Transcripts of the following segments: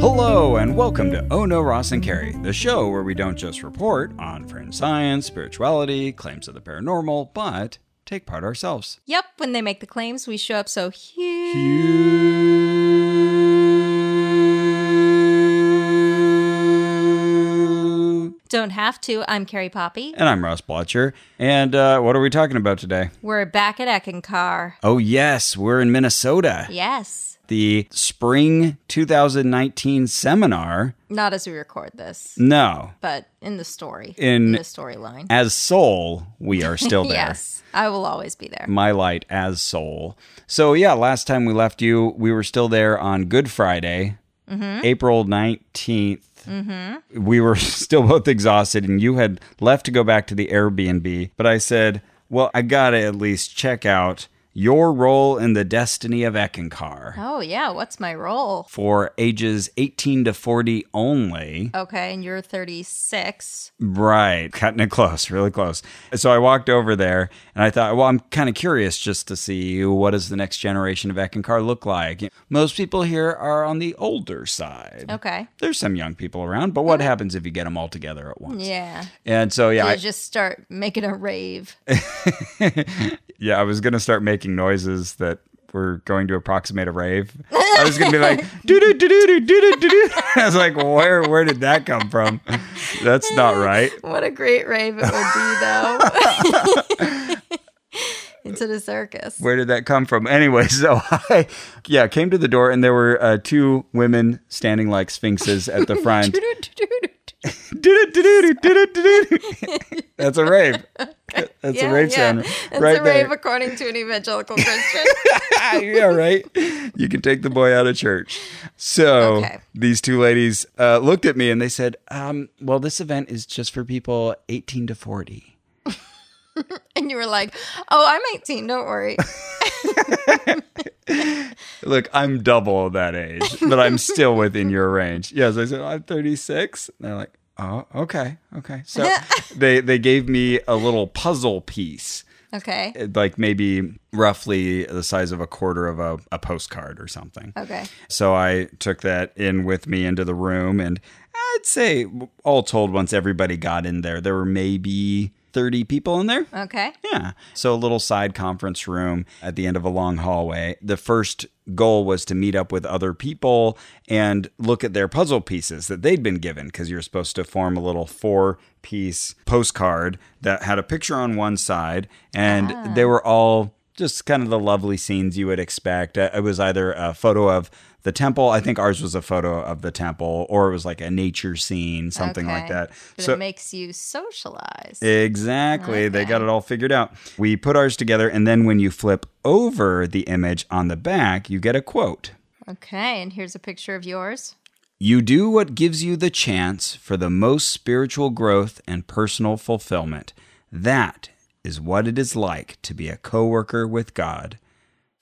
Hello, and welcome to Oh No Ross and Carrie, the show where we don't just report on fringe science, spirituality, claims of the paranormal, but take part ourselves. Yep, when they make the claims, we show up so huge. Don't have to. I'm Carrie Poppy. And I'm Ross Blotcher. And uh, what are we talking about today? We're back at Eckencar. Oh, yes, we're in Minnesota. Yes. The spring 2019 seminar. Not as we record this, No, but in the story. In- the storyline. as soul, we are still there. Yes. I will always be there. my light as soul. So yeah, last time we left you, we were still there on Good Friday, April 19th We were still both exhausted, and you had left to go back to the Airbnb. But I said, "Well, I gotta at least check out your role in the destiny of Eckankar Oh, yeah. What's my role? for ages 18 to 40 only." Okay, and you're 36. Right. Cutting it close, really close. So I walked over there and I thought, well, I'm kind of curious just to see what does the next generation of Eckankar look like. Most people here are on the older side. Okay. There's some young people around, but what happens if you get them all together at once? Yeah. And so, yeah, You I, just start making a rave. yeah, I was going to start making noises that were going to approximate a rave. I was going to be like, do do do do do do do do. I was like, where where did that come from? That's not right. What a great rave it would be, though. it's at a circus. where did that come from? Anyway, so I, yeah, came to the door and there were uh, two women standing like sphinxes at the front. That's a rave. That's a rave sound It's right a there. rave according to an evangelical Christian. yeah, right. You can take the boy out of church. So Okay. these two ladies uh, looked at me and they said, um, "Well, this event is just for people 18 to 40." and you were like, oh, I'm 18, don't worry. Look, I'm double that age, but I'm still within your range. Yes, I said I'm 36. And they're like, oh, okay, okay. So they they gave me a little puzzle piece, Okay. eh, like maybe roughly the size of a quarter of a, a postcard or something. Okay. So I took that in with me into the room, and I'd say all told, once everybody got in there, there were maybe 30 people in there. Okay. Yeah. So a little side conference room at the end of a long hallway. The first goal was to meet up with other people and look at their puzzle pieces that they'd been given because you're supposed to form a little four piece postcard that had a picture on one side and Ah. they were all just kind of the lovely scenes you would expect. Uh, It was either a photo of the temple, I think ours was a photo of the temple or it was like a nature scene, something like Okay. that. But it makes you socialize. Exactly. They got it all figured out. We put ours together, and then when you flip over the image on the back, you get a quote. okay. And here's a picture of yours. You do what gives you the chance for the most spiritual growth and personal fulfillment. That is what it is like to be a coworker with God.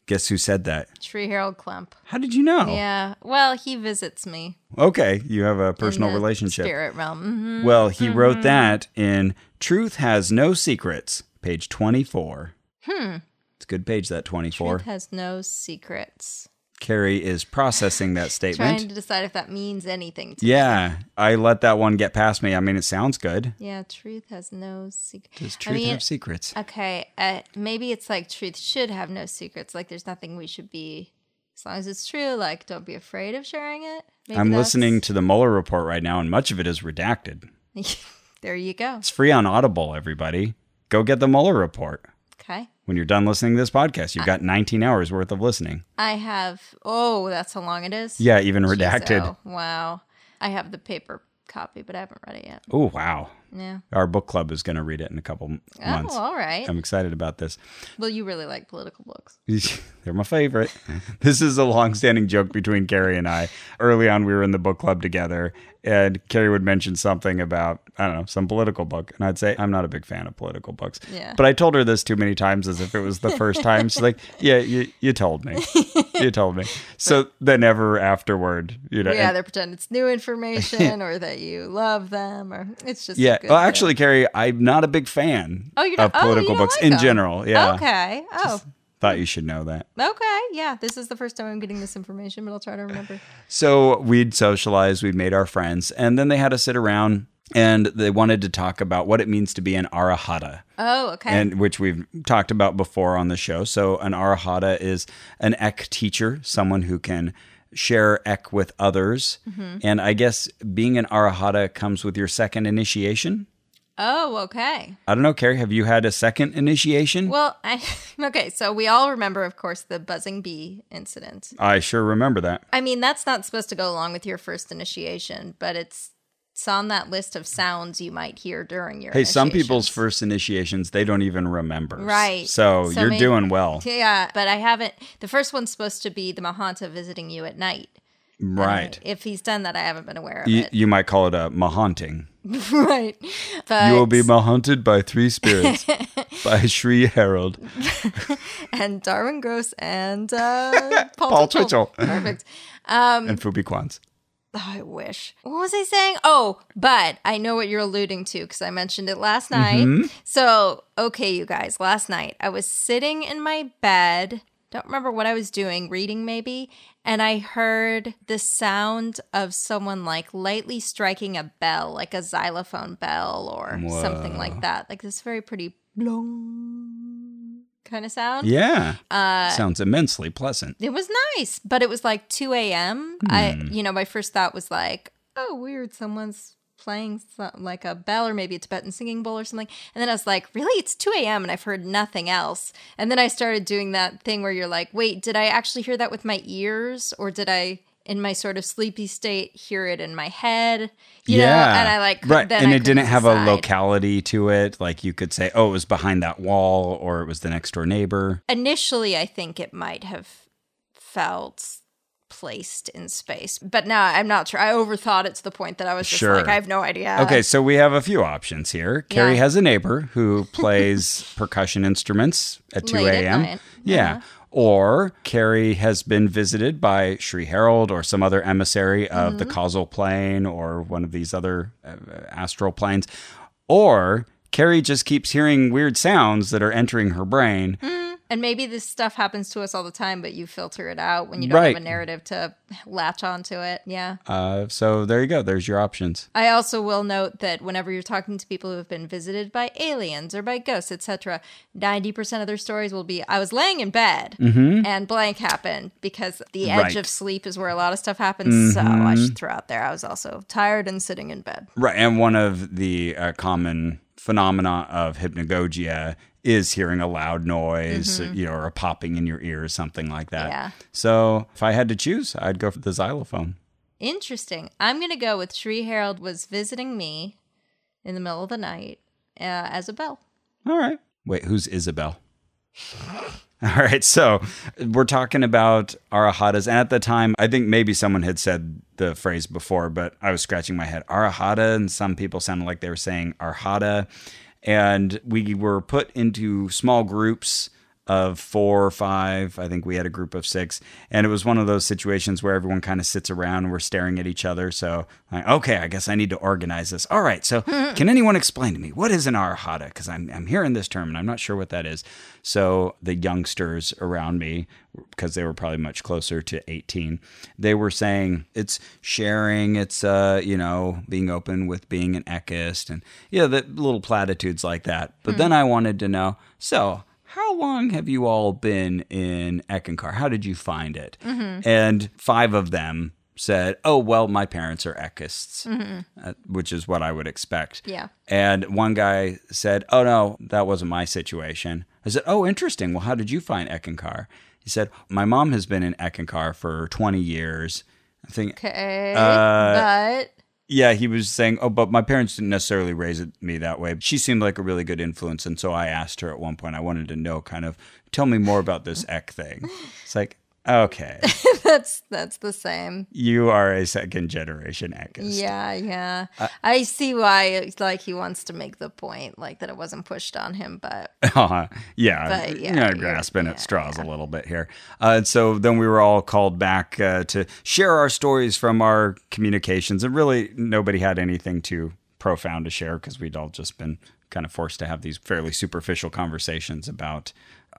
Guess who said that? Tree Harold Clump. How did you know? Yeah. Well, he visits me. Okay, you have a in personal the relationship. Spirit realm. Mm-hmm. Well, he wrote that in Truth Has No Secrets, page 24. Hmm. It's a good page, that hmm 24. Truth has no secrets. Carrie is processing that statement. Trying to decide if that means anything to yeah, I let that one get past me. I mean, it sounds good. Yeah, truth has no secrets. Does truth I mean, have secrets? okay, uh, maybe it's like truth should have no secrets. Like there's nothing we should be, as long as it's true. Like don't be afraid of sharing it. Maybe I'm that's- listening to the Mueller report right now, and much of it is redacted. there you go. It's free on Audible, everybody. Go get the Mueller report. Okay, When you're done listening to this podcast, you've got 19 hours worth of listening. I have. Oh, that's how long it is. Yeah, even redacted. Jeez, oh, wow, I have the paper copy, but I haven't read it yet. Oh, wow. Yeah. Our book club is going to read it in a couple m- months. Oh, all right. I'm excited about this. well, you really like political books. They're my favorite. This is a long-standing joke between Carrie and I. Early on, we were in the book club together, and Carrie would mention something about I don't know some political book, and I'd say I'm not a big fan of political books. Yeah. But I told her this too many times, as if it was the first time. She's like, "Yeah, you, you told me, you told me." So then, ever afterward, you know, We and- either pretend it's new information or that you love them, or it's just yeah, good. Well, actually, Carrie, I'm not a big fan Oh, you're of not- oh, you political don't books like in them. general. Yeah. Okay. Oh. Thought you should know that. okay. Yeah. This is the first time I'm getting this information, but I'll try to remember. So we'd socialize, we'd made our friends, and then they had us sit around and they wanted to talk about what it means to be an arahata. Oh, okay. and which we've talked about before on the show. So an arahata is an ek teacher, someone who can share ek with others. Mm-hmm. And I guess being an arahata comes with your second initiation. oh, okay. I don't know, Carrie, have you had a second initiation? Well, I okay. So we all remember, of course, the buzzing bee incident. I sure remember that. I mean, that's not supposed to go along with your first initiation, but it's it's on that list of sounds you might hear during your. Hey, some initiations. people's first initiations they don't even remember. Right. So, So you're may- doing well. Yeah, but I haven't. The first one's supposed to be the Mahanta visiting you at night. And I- Right. if he's done that, I haven't been aware of You, it. you might call it a mahaunting. right. But You will be mahunted by three spirits by Sri Harold. and Darwin Gross and uh, Paul, Paul Twitchell. Twitchell. Perfect. Um, and Fubi Kwans. Oh, I wish. What was I saying? Oh, but I know what you're alluding to because I mentioned it last night. So, okay, you guys, last night I was sitting in my bed, don't remember what I was doing, reading maybe, and I heard the sound of someone like lightly striking a bell, like a xylophone bell or something like that. Like this very pretty blong kind of sound. Yeah. uh, Sounds immensely pleasant. It was nice, but it was like 2 a.m. I, Hmm. you know, my first thought was like, oh, weird, someone's playing some, like a bell or maybe a Tibetan singing bowl or something. And then I was like, really, it's 2 a.m. and I've heard nothing else. And then I started doing that thing where you're like, wait, did I actually hear that with my ears or did I? In my sort of sleepy state, hear it in my head, you know, and I like right, then and I it didn't couldn't have a decide. locality to it. Like you could say, oh, it was behind that wall, or it was the next door neighbor. initially I think it might have felt placed in space, but now I'm not sure. I overthought it to the point that I was just Sure. like, I have no idea. Okay, so we have a few options here. Carrie has a neighbor who plays percussion instruments at two Late at a.m. night. Uh-huh. Yeah. Or Carrie has been visited by Sri Harold or some other emissary of the Mm-hmm. causal plane or one of these other uh, astral planes. Or Carrie just keeps hearing weird sounds that are entering her brain. And maybe this stuff happens to us all the time, but you filter it out when you don't Right. have a narrative to latch onto it. Yeah. Uh, so there you go. There's your options. I also will note that whenever you're talking to people who have been visited by aliens or by ghosts, etc., 90% of their stories will be I was laying in bed and blank happened because the edge Right. of sleep is where a lot of stuff happens. So I should throw out there I was also tired and sitting in bed. Right. And one of the uh, common phenomena of hypnagogia is hearing a loud noise, you know, or a popping in your ear or something like that. Yeah. So if I had to choose, I'd go for the xylophone. Interesting. I'm going to go with Sri Harold was visiting me in the middle of the night uh, as a bell. All right. Wait, who's Isabel? All right, so we're talking about arahatas. And at the time, I think maybe someone had said the phrase before, but I was scratching my head. Arahata, and some people sounded like they were saying arhata. And we were put into small groups of four or five. I think we had a group of six. And it was one of those situations where everyone kind of sits around and we're staring at each other. So, like, okay, I guess I need to organize this. All right. So, can anyone explain to me what is an arhata? Because I'm, I'm hearing this term and I'm not sure what that is. So, the youngsters around me, because they were probably much closer to 18, they were saying it's sharing, it's, uh, you know, being open with being an echist and, yeah, the little platitudes like that. But then I wanted to know, so how long have you all been in Eckankar? How did you find it? And five of them said, oh, well, my parents are Eckists, uh, which is what I would expect. Yeah. And one guy said, oh, no, that wasn't my situation. I said, oh, interesting. Well, how did you find Eckankar? He said, my mom has been in Eckankar for 20 years. I think Okay. but yeah, he was saying, "Oh, but my parents didn't necessarily raise it- me that way." She seemed like a really good influence, and so I asked her at one point. I wanted to know, kind of, tell me more about this Eck thing. It's like, okay, that's that's the same. you are a second generation Eckist. Yeah, yeah. I see why like he wants to make the point like that it wasn't pushed on him, but Uh-huh. yeah, But, you yeah, know, you're- grasping at yeah, straws a little bit here. Uh, and so then we were all called back uh, to share our stories from our communications, and really nobody had anything to profound to share because we'd all just been kind of forced to have these fairly superficial conversations about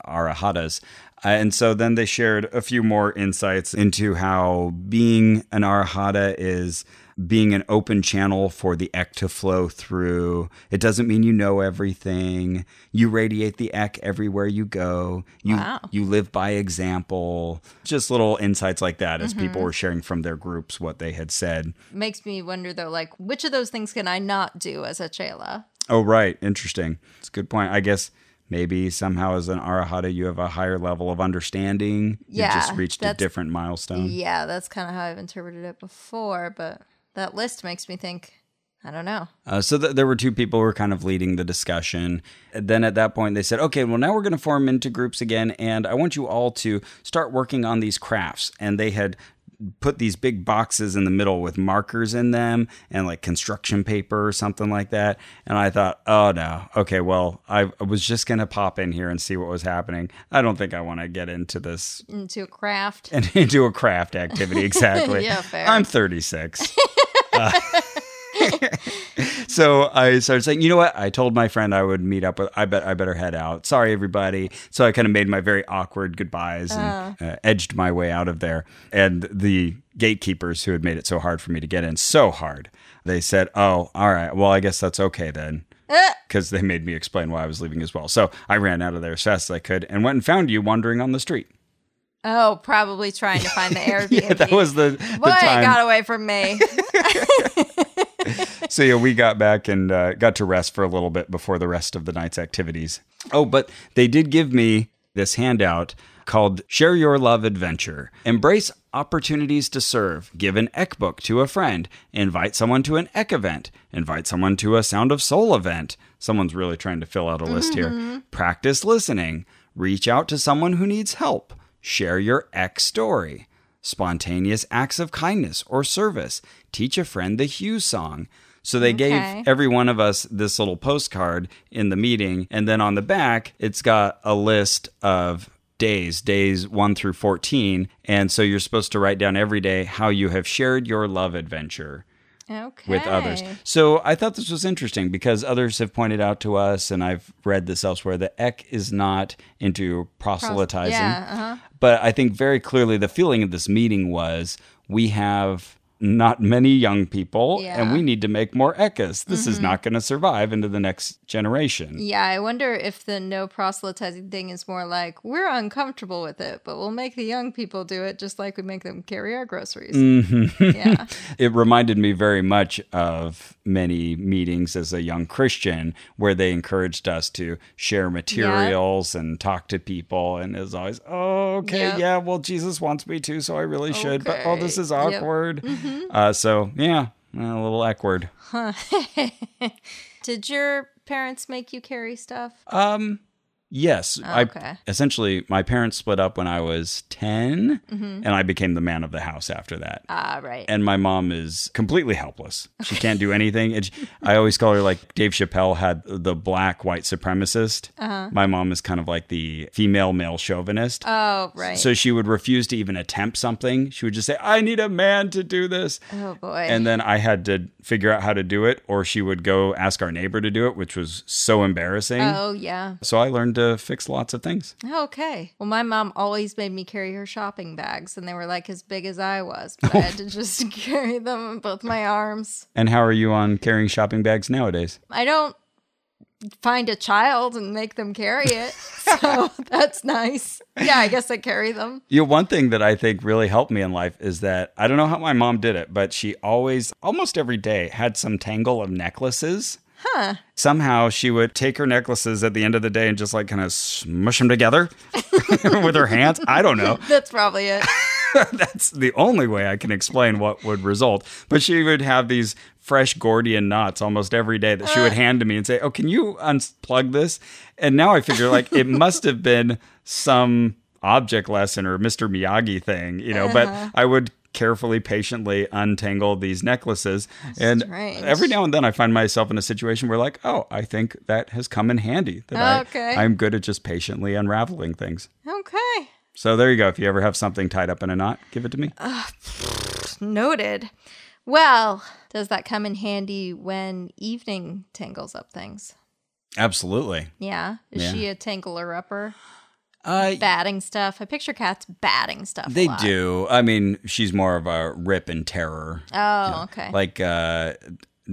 our ahadas. Uh, and so then they shared a few more insights into how being an arahata is being an open channel for the ek to flow through. It doesn't mean you know everything. You radiate the ek everywhere you go. You Wow. you live by example. Just little insights like that as Mm-hmm. people were sharing from their groups what they had said. Makes me wonder though, like which of those things can I not do as a Chela? Oh, right. Interesting. It's a good point. I guess maybe somehow as an arahata, you have a higher level of understanding. Yeah, You just reached a that's- different milestone. Yeah, that's kind of how I've interpreted it before, but that list makes me think, I don't know. Uh, so th- there were two people who were kind of leading the discussion. And then at that point, they said, okay, well, now we're going to form into groups again. And I want you all to start working on these crafts. And they had put these big boxes in the middle with markers in them and like construction paper or something like that. And I thought, oh no, okay, well, I, I was just going to pop in here and see what was happening. I don't think I want to get into this Into a craft. and into a craft activity. Exactly. Yeah, fair. I'm 36. Uh, so I started saying, you know what? I told my friend I would meet up with. I bet I better head out. Sorry, everybody. So I kind of made my very awkward goodbyes and Oh. uh, edged my way out of there. And the gatekeepers who had made it so hard for me to get in, so hard, they said, "Oh, all right. Well, I guess that's okay then." Uh. Because they made me explain why I was leaving as well. So I ran out of there as fast as I could and went and found you wandering on the street. Oh, probably trying to find the Airbnb. Yeah, that was the, the Boy, it time. got away from me. so yeah, we got back and uh, got to rest for a little bit before the rest of the night's activities. Oh, but they did give me this handout called Share Your Love Adventure. Embrace opportunities to serve. Give an Ek book to a friend. Invite someone to an Ek event. Invite someone to a Sound of Soul event. Someone's really trying to fill out a list here. Practice listening. Reach out to someone who needs help. Share your Ek story spontaneous acts of kindness or service, teach a friend the Hugh song. So they Okay. gave every one of us this little postcard in the meeting. And then on the back, it's got a list of days, days 1 through 14. And so you're supposed to write down every day how you have shared your love adventure okay. with others. So I thought this was interesting because others have pointed out to us, and I've read this elsewhere, that Eck is not into proselytizing. yeah, uh-huh. But I think very clearly the feeling of this meeting was we have not many young people, Yeah. Mm-hmm. and we need to make more Ekkas. This is not going to survive into the next generation. Yeah, I wonder if the no proselytizing thing is more like we're uncomfortable with it, but we'll make the young people do it just like we make them carry our groceries. Yeah. It reminded me very much of many meetings as a young Christian where they encouraged us to share materials and talk to people. And as always, oh, okay, Yep. yeah, well, Jesus wants me to, so I really should. But oh, this is Okay, yep. Mm-hmm. awkward. Uh, so, yeah, a little awkward. Did your parents make you carry stuff? Uh, Yes. I, okay. essentially, my parents split up when I was 10, Mm-hmm. and I became the man of the house after that. Ah, right. and my mom is completely helpless. She can't do anything. And she, I always call her like Dave Chappelle had the black white supremacist. My mom is kind of like the female male chauvinist. Uh-huh. oh, right. So she would refuse to even attempt something. She would just say, "I need a man to do this." oh boy. And then I had to figure out how to do it, or she would go ask our neighbor to do it, which was so embarrassing. oh yeah. So I learned to fix lots of things. Okay. Well, my mom always made me carry her shopping bags, and they were like as big as I was, but I had to just carry them in both my arms. And how are you on carrying shopping bags nowadays? I don't find a child and make them carry it, so that's nice. Yeah, I guess I carry them. You know, one thing that I think really helped me in life is that I don't know how my mom did it, but she always, almost every day, had some tangle of necklaces. Huh. Somehow she would take her necklaces at the end of the day and just like kind of smush them together with her hands. I don't know. That's probably it. That's the only way I can explain what would result. But she would have these fresh Gordian knots almost every day that she Uh. would hand to me and say, Oh, can you unplug this? And now I figure like it must have been some object lesson or Mr. Miyagi thing, you know, Uh-huh. but I would carefully patiently untangle these necklaces and Strange. every now and then i find myself in a situation where like oh i think that has come in handy that Okay. I, i'm good at just patiently unraveling things Okay. so there you go if you ever have something tied up in a knot give it to me Noted. Well, does that come in handy when evening tangles up things? Absolutely. Yeah. Is Yeah. she a tangler upper? Uh, Batting stuff. I picture cats batting stuff. a they lot. do. I mean, she's more of a rip and terror. Oh, okay. Like, uh,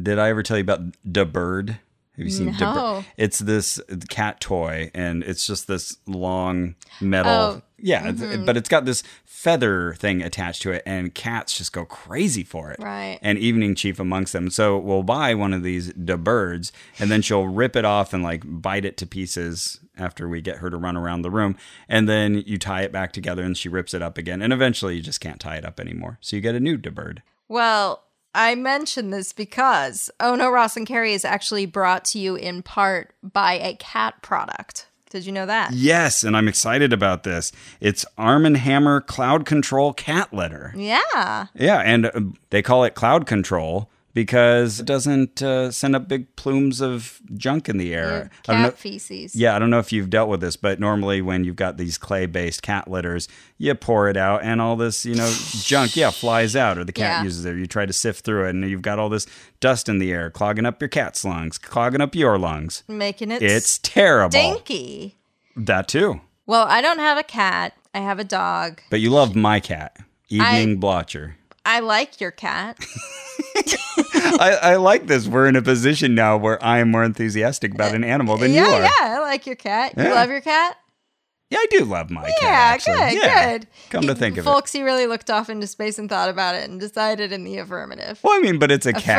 did I ever tell you about Da Bird? Have you seen Da No. Bird? It's this cat toy, and it's just this long metal. Oh, yeah, it's- but it's got this feather thing attached to it, and cats just go crazy for it. Right. And Evening Chief amongst them. So we'll buy one of these Da Birds, and then she'll rip it off and like bite it to pieces after we get her to run around the room. And then you tie it back together, and she rips it up again. And eventually, you just can't tie it up anymore. So you get a new Da Bird. Well, I mention this because Oh No Ross and Carrie is actually brought to you in part by a cat product. Did you know that? Yes, and I'm excited about this. It's Arm & Hammer Cloud Control Cat Litter. Yeah. Yeah, and uh, they call it Cloud Control because it doesn't uh, send up big plumes of junk in the air. I don't know- Cat feces. yeah, I don't know if you've dealt with this, but normally when you've got these clay-based cat litters, you pour it out and all this, you know, junk, yeah, flies out or the cat Yeah. uses it. or You try to sift through it and you've got all this dust in the air clogging up your cat's lungs, clogging up your lungs. Making it It's terrible. stinky. That too. Well, I don't have a cat. I have a dog. But you love my cat, Evening Blotcher. I like your cat. I, I like this. We're in a position now where I am more enthusiastic about an animal than yeah, you are. yeah, I like your cat. You Yeah. love your cat? Yeah, I do love my Yeah, cat. actually. good, Yeah. good. Come to think of it. Folksy really looked off into space and thought about it and decided in the affirmative. Well, I mean, but it's a cat.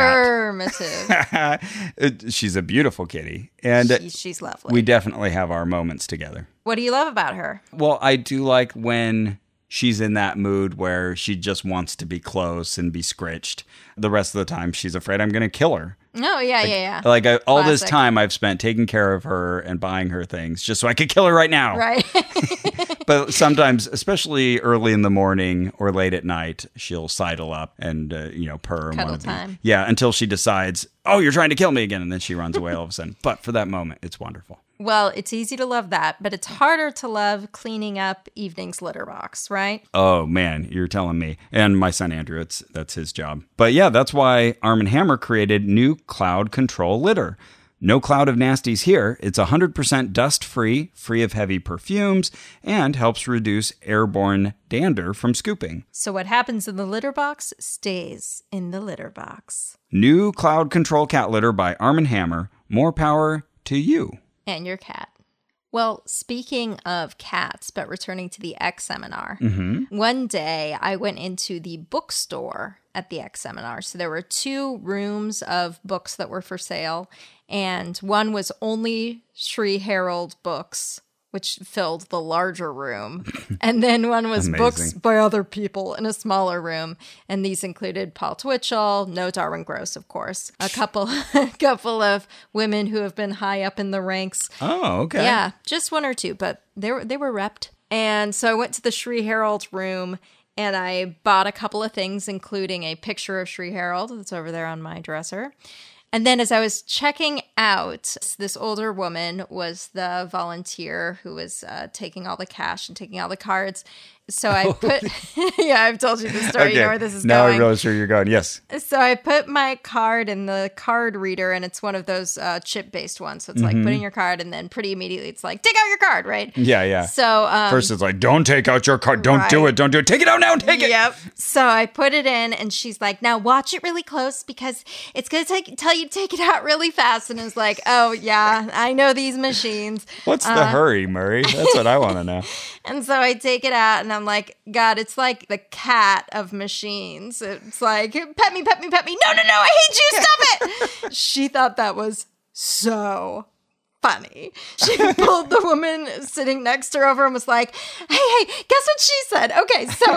Affirmative. It- She's a beautiful kitty. And She- she's lovely. we definitely have our moments together. what do you love about her? Well, I do like when she's in that mood where she just wants to be close and be scritched. The rest of the time, she's afraid I'm going to kill her. Oh, yeah, yeah, yeah. Like I, all this Classic. time I've spent taking care of her and buying her things just so I could kill her right now. right. But sometimes, especially early in the morning or late at night, she'll sidle up and uh, you know purr. and Cuddle one of the- time. yeah, until she decides, oh, you're trying to kill me again, and then she runs away all of a sudden. But for that moment, it's wonderful. well, it's easy to love that, but it's harder to love cleaning up evening's litter box, right? Oh man, you're telling me. And my son Andrew, it's that's his job. But yeah, that's why Arm and Hammer created new cloud control litter. No cloud of nasties here. It's 100% dust free, free of heavy perfumes, and helps reduce airborne dander from scooping. So what happens in the litter box stays in the litter box. New Cloud Control Cat Litter by Arm & Hammer. More power to you. And your cat. Well, speaking of cats, but returning to the X seminar, one day I went into the bookstore at the X seminar. So there were two rooms of books that were for sale, and one was only Sri Harold books, which filled the larger room. and then one was books Amazing. by other people in a smaller room. And these included Paul Twitchell, no Darwin Gross, of course, a couple a couple of women who have been high up in the ranks. Oh, okay. Yeah, just one or two, but they were they were repped. And so I went to the Sri Herald room and I bought a couple of things, including a picture of Sri Herald that's over there on my dresser. And then as I was checking out, this older woman was the volunteer who was uh, taking all the cash and taking all the cards. So I put, yeah, I've told you the story. You know where this is now going. I realize where you're going. Yes. So I put my card in the card reader, and it's one of those uh, chip based ones. So it's like putting your card, and then pretty immediately it's like, take out your card, right? Mm-hmm. Yeah, yeah. So, um, First, it's like, don't take out your card. Don't do Right. it. Don't do it. Take it out now and take it. yep. So I put it in, and she's like, now watch it really close because it's going to take tell you to take it out really fast. And I was like, oh, yeah, I know these machines. What's Uh-huh. the hurry, Murray? That's what I want to know. And so I take it out and I'm like, God, it's like the cat of machines. It's like, pet me, pet me, pet me. No, no, no, I hate you. Stop it. she thought that was so funny. She pulled the woman sitting next to her over and was like, hey, hey, guess what she said? Okay, so so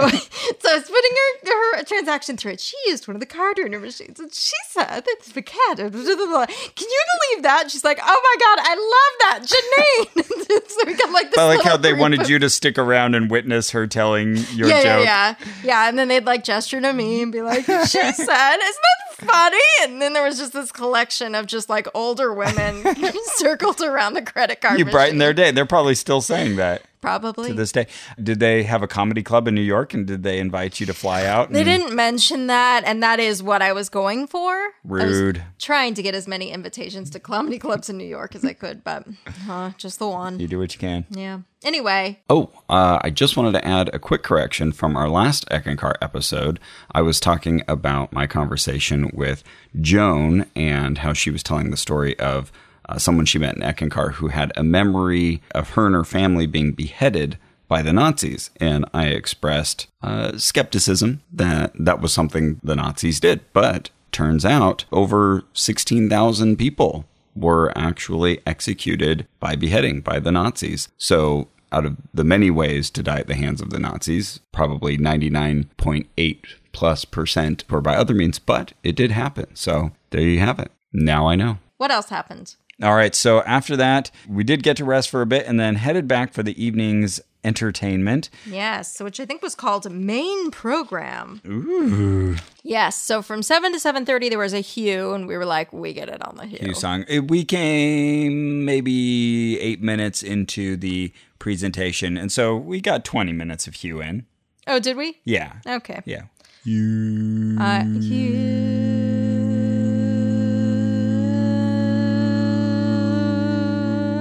I was putting her her transaction through it. She used one of the card reader machines and she said that the cat. Can you believe that? She's like, oh my God, I love that. Janine. so we got like this I like how little they group of- wanted you to stick around and witness her telling your yeah, joke. yeah, yeah, yeah. And then they'd like gesture to me and be like, "She said, isn't that funny?" And then there was just this collection of just like older women circled around the credit card. You brighten machine. their day. They're probably still saying that. probably. to this day. Did they have a comedy club in New York and did they invite you to fly out? They And- didn't mention that, and that is what I was going for. I was Rude. trying to get as many invitations to comedy clubs in New York as I could, but uh, just the one. You do what you can. Yeah. Anyway, Oh, uh, I just wanted to add a quick correction from our last Eckankar episode. I was talking about my conversation with Joan and how she was telling the story of uh, someone she met in Eckankar who had a memory of her and her family being beheaded by the Nazis. And I expressed uh, skepticism that that was something the Nazis did. But turns out over 16,000 people were actually executed by beheading by the Nazis. So, out of the many ways to die at the hands of the Nazis, probably 99.8 plus percent were by other means, but it did happen. So, there you have it. Now I know. what else happened? All right. So after that, we did get to rest for a bit and then headed back for the evening's entertainment. Yes, which I think was called main program. Ooh. Yes. So from seven to seven thirty, there was a hue, and we were like, "We get it on the hue." New song. Uh, We came maybe eight minutes into the presentation, and so we got 20 minutes of Hugh in. Oh, did we? Yeah. Okay. Yeah. You. Uh,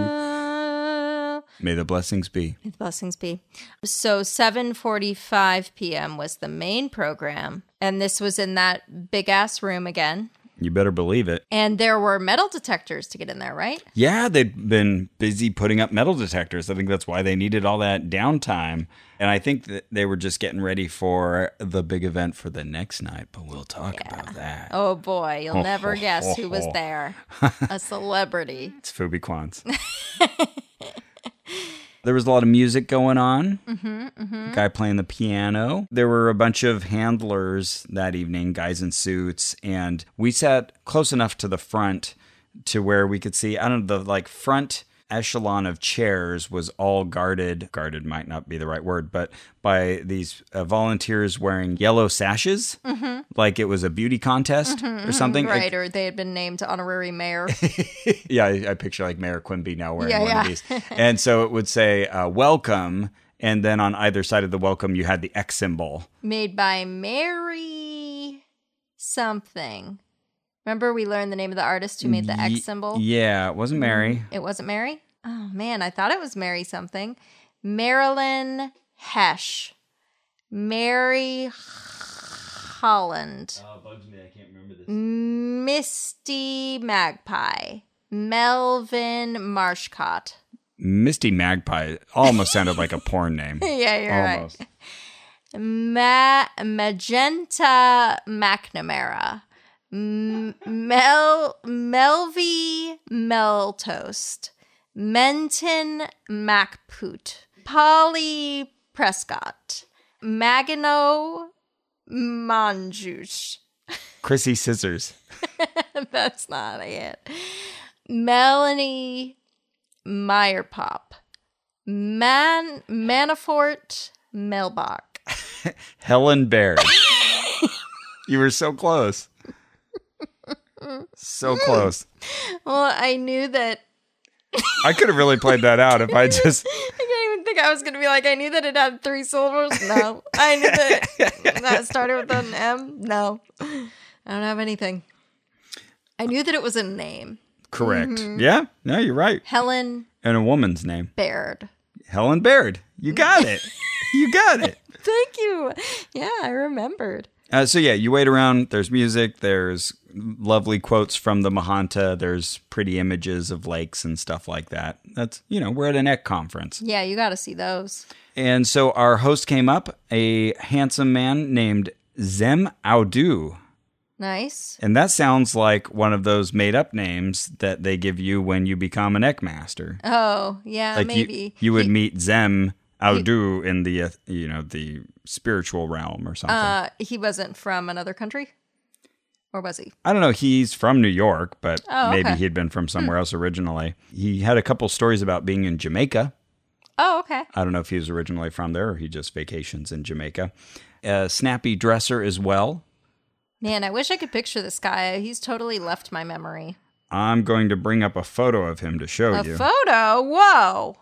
hue. May the blessings be. May the blessings be. So 7:45 p.m. was the main program, and this was in that big ass room again. You better believe it. And there were metal detectors to get in there, right? Yeah, they've been busy putting up metal detectors. I think that's why they needed all that downtime. And I think that they were just getting ready for the big event for the next night, but we'll talk about that. Oh boy, you'll never guess who was there. A celebrity. It's Phoebe Quans. there was a lot of music going on. Mm-hmm, Guy playing the piano. There were a bunch of handlers that evening, guys in suits, and we sat close enough to the front to where we could see. I don't know the like front echelon of chairs was all guarded. Guarded might not be the right word, but by these uh, volunteers wearing yellow sashes, like it was a beauty contest or something. Right, or they had been named honorary mayor. yeah, I, I picture like Mayor Quimby now wearing Yeah, one of yeah. these. And so it would say uh, welcome, and then on either side of the welcome, you had the X symbol. made by Mary something. Remember we learned the name of the artist who made the Ye- X symbol? Mm-hmm. Yeah, it wasn't Mary. It wasn't Mary? Oh man, I thought it was Mary something. Marilyn Hesh. Mary Holland. Oh, bugs me. I can't remember this. Misty Magpie. Melvin Marshcott. Misty Magpie almost sounded like a porn name. Yeah, you're right. Almost. Ma- Magenta McNamara. M- Mel Melvy Meltoast. Menton MacPoot. Polly Prescott. Magano Manjush. Chrissy Scissors. That's not it. Melanie Meyerpop. Man Manafort Melbach. Helen Bear. you were so close. So close. Well, I knew that. I could have really played that out if I just. I didn't even think I was going to be like, I knew that it had three syllables. No. I knew that that it started with an M. No. I don't have anything. I knew that it was a name Correct. Yeah, no, you're right. Helen And a woman's name. Baird. Helen Baird. You got it. You got it. Thank you. Yeah, I remembered. Uh, so yeah, you wait around. There's music. There's lovely quotes from the Mahanta. There's pretty images of lakes and stuff like that. That's you know we're at an ECK conference. Yeah, you got to see those. And so our host came up, a handsome man named Zem Audu, Nice. and that sounds like one of those made up names that they give you when you become an ECK master. Oh, yeah, like you, maybe. you would meet Zem Audu in the uh, you know the spiritual realm or something. uh, he wasn't from another country? Or was he? I don't know. He's from New York, but Oh, maybe okay. Hmm. he'd been from somewhere else originally. He had a couple stories about being in Jamaica. Oh, okay. I don't know if he was originally from there or he just vacations in Jamaica. A snappy dresser as well. Man, I wish I could picture this guy. He's totally left my memory. I'm going to bring up a photo of him to show A you. photo? Whoa.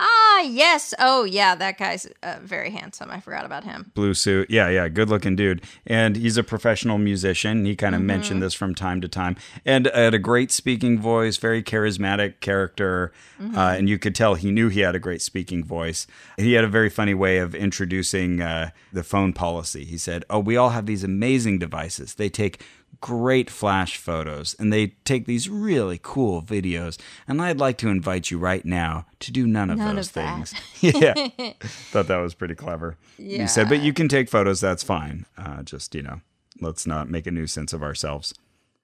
Ah, yes. Oh, yeah. That guy's uh, very handsome. I forgot about him. blue suit. Yeah, yeah, good looking dude. And he's a professional musician. He Mm-hmm. kind of mentioned this from time to time. And uh, had a great speaking voice, very charismatic character. Mm-hmm. Uh, and you could tell he knew he had a great speaking voice. He had a very funny way of introducing uh, the phone policy. He said, Oh, we all have these amazing devices. They take great flash photos and they take these really cool videos. And I'd like to invite you right now to do none of None those of that. things. yeah. Thought that was pretty clever. You said, but you can take photos. That's fine. Uh, just, you know, let's not make a nuisance of ourselves.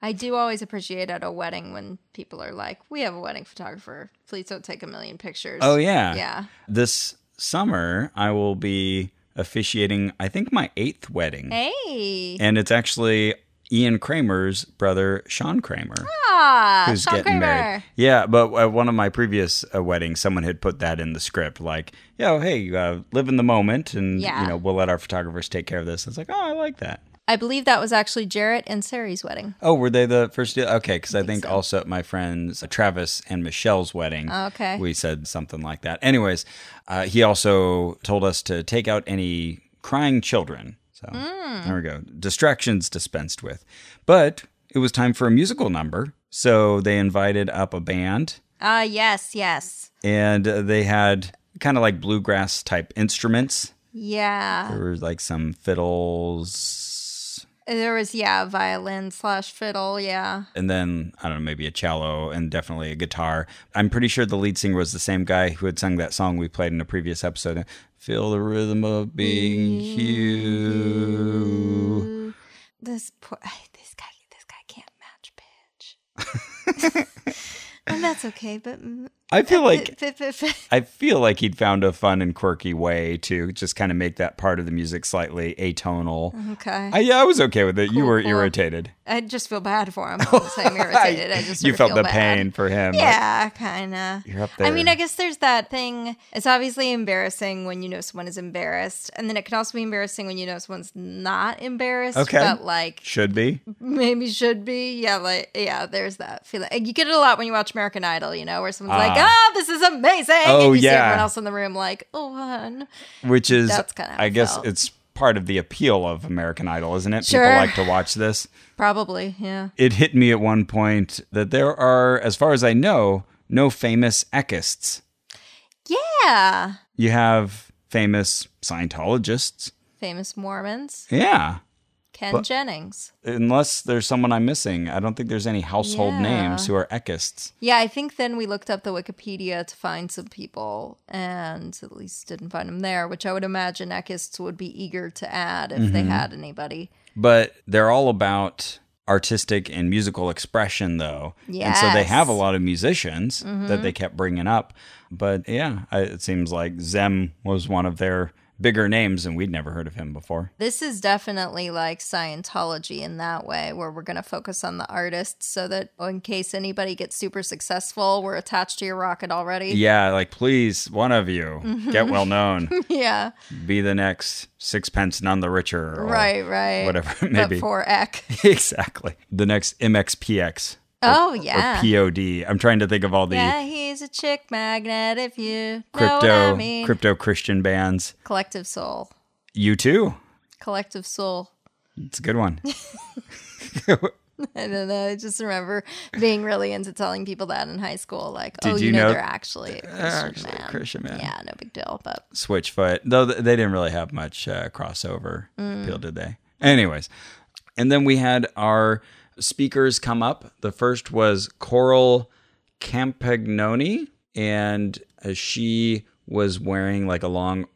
I do always appreciate at a wedding when people are like, "We have a wedding photographer. Please don't take a million pictures." Oh, yeah. Yeah. This summer, I will be officiating, I think, my eighth wedding. Hey. And it's actually Ian Kramer's brother, Sean Kramer. Ah, who's Sean getting Kramer. married. Yeah, but at one of my previous uh, weddings, someone had put that in the script, like, "Yo, hey, uh, live in the moment, and Yeah. you know, we'll let our photographers take care of this." It's like, oh, I like that. I believe that was actually Jarrett and Sari's wedding. Oh, were they the first? Deal? Okay, because I, think, also at my friends uh, Travis and Michelle's wedding, Okay. we said something like that. Anyways, uh, he also told us to take out any crying children. So there we go. Distractions dispensed with, but it was time for a musical number, so they invited up a band. Ah, yes, yes. and uh, they had kind of like bluegrass type instruments. Yeah. There was like some fiddles, There was, yeah, violin slash fiddle. Yeah. and then I don't know, maybe a cello, and definitely a guitar. I'm pretty sure the lead singer was the same guy who had sung that song we played in a previous episode. Feel the rhythm of being you. This poor, this guy, this guy can't match pitch. and that's okay, but mm, I feel like fit, fit, fit, fit. I feel like he'd found a fun and quirky way to just kind of make that part of the music slightly atonal. okay. I, yeah, I was okay with it. you Cool, were Mm-hmm. cool. irritated. I just feel bad for him. I'm I'm irritated. I just sort you of felt feel the bad. pain for him. Like, Yeah, kind of. You're up I mean, there. I guess there's that thing. It's obviously embarrassing when you know someone is embarrassed, and then it can also be embarrassing when you know someone's not embarrassed, Okay. but like Should be. maybe should be. Yeah, like yeah, there's that feeling. And You get it a lot when you watch American Idol, you know, where someone's like, Ah. "Oh, this is amazing," Oh, and you see yeah. everyone else in the room like, "Oh, hun." Which is That's kinda how I it guess felt. it's part of the appeal of American Idol, isn't it? Sure. People like to watch this. probably, yeah." It hit me at one point that there are, as far as I know, no famous echists. Yeah, You have famous Scientologists. famous Mormons, Yeah. Ken Jennings. Unless there's someone I'm missing. I don't think there's any household Yeah. names who are echists. Yeah, I think then we looked up the Wikipedia to find some people and at least didn't find them there, which I would imagine Echists would be eager to add if Mm-hmm. they had anybody. but they're all about artistic and musical expression though and so they Yes. Mm-hmm. have a lot of musicians that they kept bringing up but yeah I, it seems like zem was one of their bigger names and we'd never heard of him before This is definitely like Scientology in that way, where we're going to focus on the artists so that in case anybody gets super successful, we're attached to your rocket already. yeah like please one of you Mm-hmm. get well known Yeah. be the next sixpence none the richer or right, right. whatever it may But be for Eck. exactly the next mxpx Oh, or yeah. pod i'm trying to think of all the yeah, he's a chick magnet if you know what crypto I mean. crypto christian bands Collective soul. you too Collective soul. it's a good one I don't know. I just remember being really into telling people that in high school. Like, oh, you you know, know- they're actually a Christian actually a man. Christian man. Yeah, no big deal. But Switchfoot, though th- they didn't really have much uh, crossover Mm. appeal, did they? Anyways, and then we had our speakers come up. The first was Coral Campagnoni, and uh, she was wearing like a long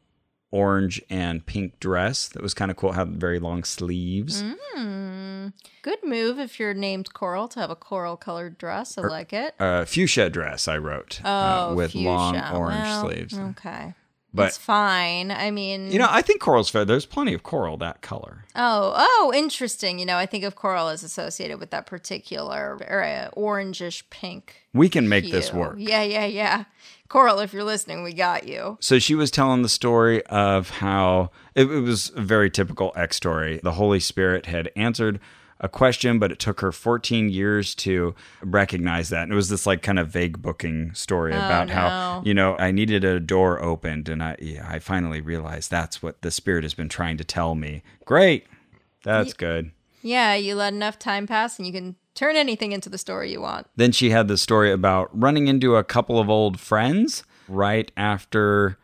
orange and pink dress that was kind of cool, had very long sleeves. Mm. good move if you're named Coral to have a coral colored dress. I like it. Uh, fuchsia dress, I wrote, uh, Oh, with long fuchsia. orange Well, mm, sleeves. Okay. But- it's fine. I mean, You know, I think coral's fair. There's plenty of coral that color. oh, oh, interesting. You know, I think of coral as associated with that particular area, orangish pink. We can make this hue. work. Yeah, yeah, yeah. Coral, if you're listening, we got you. So she was telling the story of how it, it was a very typical X story. The Holy Spirit had answered a question, but it took her 14 years to recognize that. And it was this like kind of vague booking story about how, no. you know, I needed a door opened and I yeah, I finally realized that's what the spirit has been trying to tell me. Great. That's good. Yeah, you let enough time pass and you can turn anything into the story you want. Then she had the story about running into a couple of old friends right after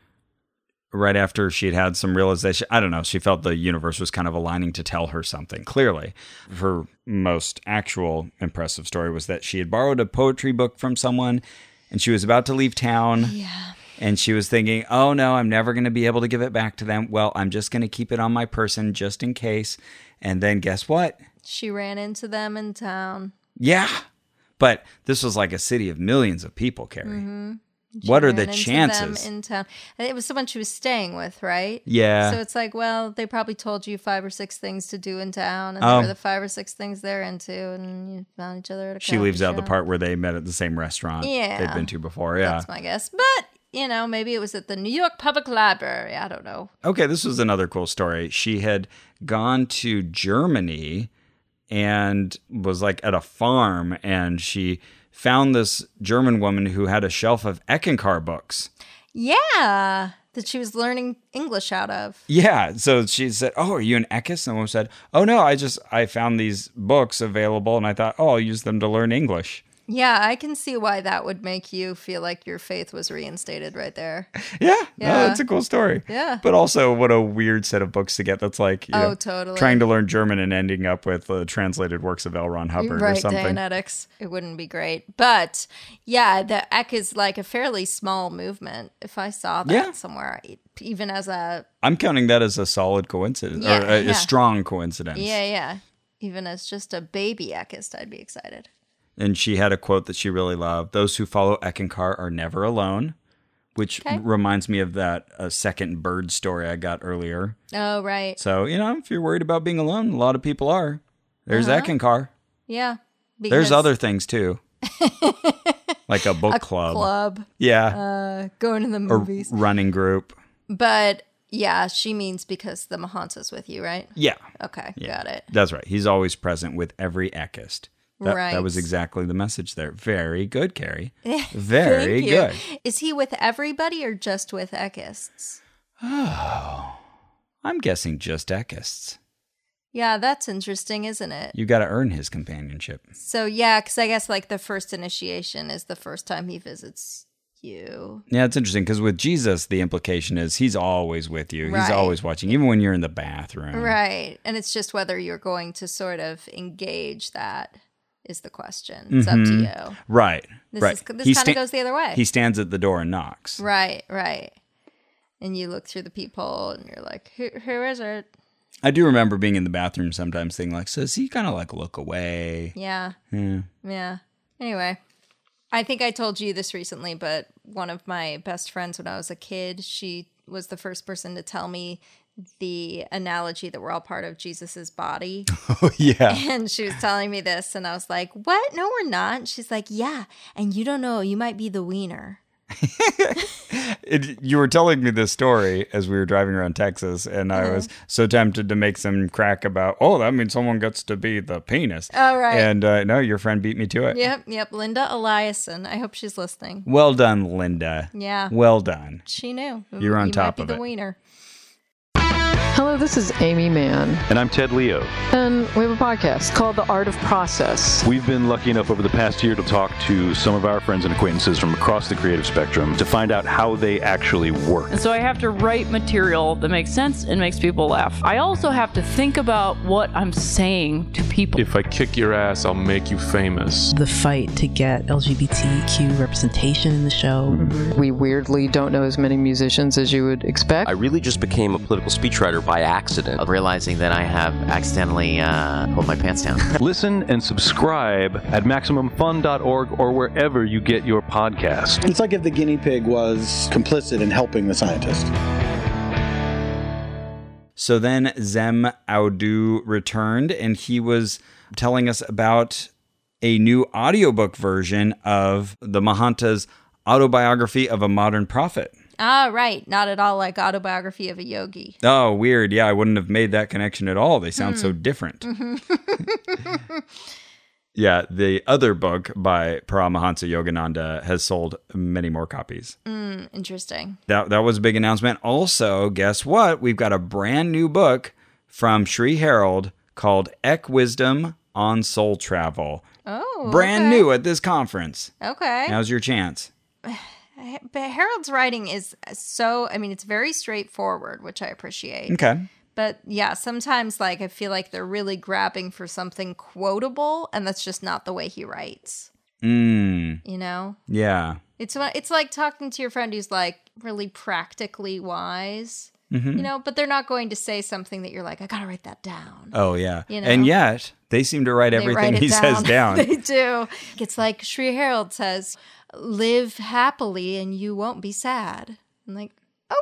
right after she'd had some realization. I don't know, she felt the universe was kind of aligning to tell her something. Clearly, her most actual impressive story was that she had borrowed a poetry book from someone and she was about to leave town. Yeah. And she was thinking, oh no, I'm never going to be able to give it back to them. Well, I'm just going to keep it on my person just in case. And then guess what? She ran into them in town. Yeah. But this was like a city of millions of people, Carrie. Mm-hmm. What are Ran the into them chances? in town? It was someone she was staying with, right? Yeah. So it's like, well, they probably told you five or six things to do in town, and Oh. they were the five or six things they're into, and you found each other at a. she leaves out the coffee shop. part where they met at the same restaurant Yeah. they'd been to before. Yeah. That's my guess, but you know, maybe it was at the New York Public Library. I don't know. Okay, this was another cool story. She had gone to Germany and was like at a farm and she found this German woman who had a shelf of Eckankar books. Yeah, that she was learning English out of. Yeah. So she said, Oh, are you an Eckis? And the woman said, Oh no, I just I found these books available and I thought, oh, I'll use them to learn English. Yeah, I can see why that would make you feel like your faith was reinstated right there. Yeah, No, Yeah. that's a cool story. Yeah. but also what a weird set of books to get. That's like you Oh, know, totally. trying to learn German and ending up with uh, translated works of L. Ron Hubbard or right, something. Dianetics. It wouldn't be great. But yeah, the Ek is like a fairly small movement. If I saw that Yeah. somewhere, e, even as a, I'm counting that as a solid coincidence Yeah, or a, yeah. a strong coincidence. yeah, yeah, even as just a baby Ekist, I'd be excited. And she had a quote that she really loved: "Those who follow Eckankar are never alone," which Okay. reminds me of that uh, second bird story I got earlier. Oh, right. So you know, if you're worried about being alone, a lot of people are. There's Uh-huh. Eckankar. Yeah. There's because other things too, like a book club. club, Yeah. uh, going to the a movies. running group. but yeah, she means because the Mahans is with you, right? Yeah, Okay, got it. that's right. He's always present with every Ekist. That, Right. that was exactly the message there. Very good, Carrie. Very good. Is he with everybody or just with Ekists? Oh, I'm guessing just Ekists. Yeah, that's interesting, isn't it? You got to earn his companionship. So yeah, because I guess like the first initiation is the first time he visits you. Yeah, it's interesting because with Jesus, the implication is he's always with you. He's Right. always watching, even when you're in the bathroom. Right. And it's just whether you're going to sort of engage that is the question. It's up to you. Right. Mm-hmm. This right. is this He kind of sta- goes the other way. He stands at the door and knocks. right, right. And you look through the peephole and you're like, who, who is it? I do remember being in the bathroom sometimes, thinking like, so does he kind of like look away? Yeah. Yeah. Anyway, I think I told you this recently, but one of my best friends when I was a kid, she was the first person to tell me the analogy that we're all part of Jesus's body. Oh yeah. and she was telling me this, and I was like, What? No, we're not. And she's like, Yeah. And you don't know, you might be the wiener. it, you were telling me this story as we were driving around Texas, and I was Uh-huh. so tempted to make some crack about, oh, that means someone gets to be the penis. Oh, right. And uh, no, your friend beat me to it. Yep, yep. Linda Eliason. I hope she's listening. Well done, Linda. Yeah. Well done. She knew. You're on You might top be of the it. wiener. Hello, this is Amy Mann, And I'm Ted Leo. and we have a podcast called The Art of Process. We've been lucky enough over the past year to talk to some of our friends and acquaintances from across the creative spectrum to find out how they actually work. And so I have to write material that makes sense and makes people laugh. I also have to think about what I'm saying to people. If I kick your ass, I'll make you famous. the fight to get LGBTQ representation in the show. We weirdly don't know as many musicians as you would expect. I really just became a political speechwriter by accident, of realizing that I have accidentally uh, pulled my pants down. Listen and subscribe at MaximumFun.org or wherever you get your podcast. It's like if the guinea pig was complicit in helping the scientist. So then Zem Audu returned, and he was telling us about a new audiobook version of the Mahanta's autobiography of a modern prophet. Ah, right. Not at all like autobiography of a yogi. Oh, weird. Yeah, I wouldn't have made that connection at all. They sound so different. yeah, the other book by Paramahansa Yogananda has sold many more copies. Interesting. That that was a big announcement. Also, guess what? We've got a brand new book from Sri Harold called Ek Wisdom on Soul Travel. Oh, brand okay. new at this conference. Okay. Now's your chance. But Harold's writing is so, I mean, it's very straightforward, which I appreciate. Okay. But yeah, sometimes like I feel like they're really grabbing for something quotable, and that's just not the way he writes. Mm, You know, yeah. it's one- it's like talking to your friend who's like really practically wise. Mm-hmm. You know, but they're not going to say something that you're like, I gotta write that down. Oh, yeah. You And know. yet, they seem to write They everything write it he says down. they do. It's like Sri Harold says, "Live happily, and you won't be sad." I'm like,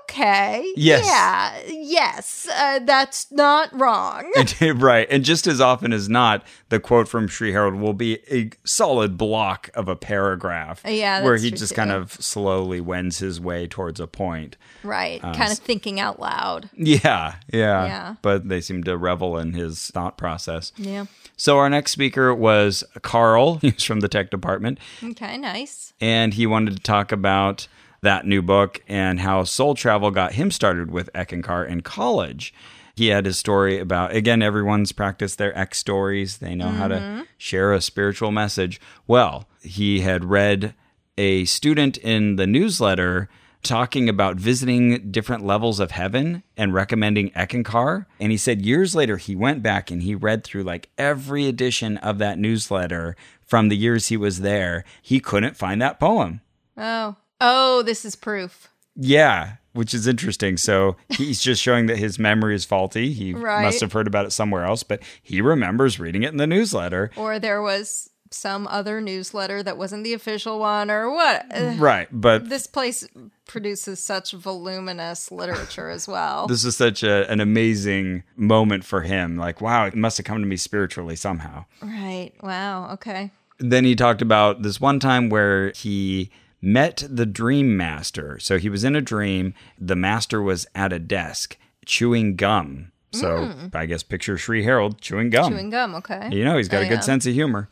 okay, Yes. yeah, yes, uh, that's not wrong. And- right. And just as often as not, the quote from Sri Harold will be a solid block of a paragraph. Yeah, Where that's he true, just too. kind of slowly wends his way towards a point. Right. Uh, kind of thinking out loud. Mm. Yeah, yeah. Yeah. But they seem to revel in his thought process. Yeah. So our next speaker was Carl. He was from the tech department. Okay, nice. And he wanted to talk about that new book and how soul travel got him started with Eckankar in college. He had his story about, again, everyone's practiced their X stories. They know how to share a spiritual message. Well, he had read a student in the newsletter talking about visiting different levels of heaven and recommending Eckankar. And he said years later, he went back and he read through like every edition of that newsletter from the years he was there. He couldn't find that poem. Oh. Oh, this is proof. Yeah, which is interesting. So he's just showing that his memory is faulty. He Right. must have heard about it somewhere else, but he remembers reading it in the newsletter. Or there was some other newsletter that wasn't the official one or what. Ugh, Right. But This place produces such voluminous literature as well. this is such a, an amazing moment for him. Like, wow, it must have come to me spiritually somehow. right. Wow. Okay. then he talked about this one time where he met the dream master. So he was in a dream. The master was at a desk chewing gum. So I guess picture Sri Harold chewing gum. Hmm. Chewing gum. Okay. You know, he's got Oh, a good yeah. sense of humor.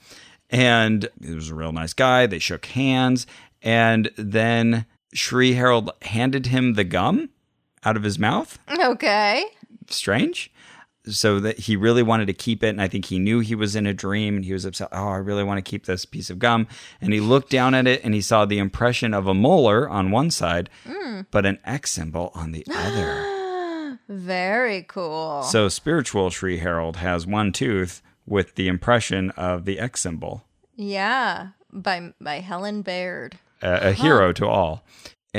And he was a real nice guy. They shook hands. And then Sri Harold handed him the gum out of his mouth Okay. strange. So that he really wanted to keep it, and I think he knew he was in a dream, and he was upset. Oh, I really want to keep this piece of gum. And he looked down at it, and he saw the impression of a molar on one side, Mm. but an X symbol on the other. Very cool. so spiritual Sri Harold has one tooth with the impression of the X symbol, yeah. By by Helen Baird. a, Uh-huh. a hero to all.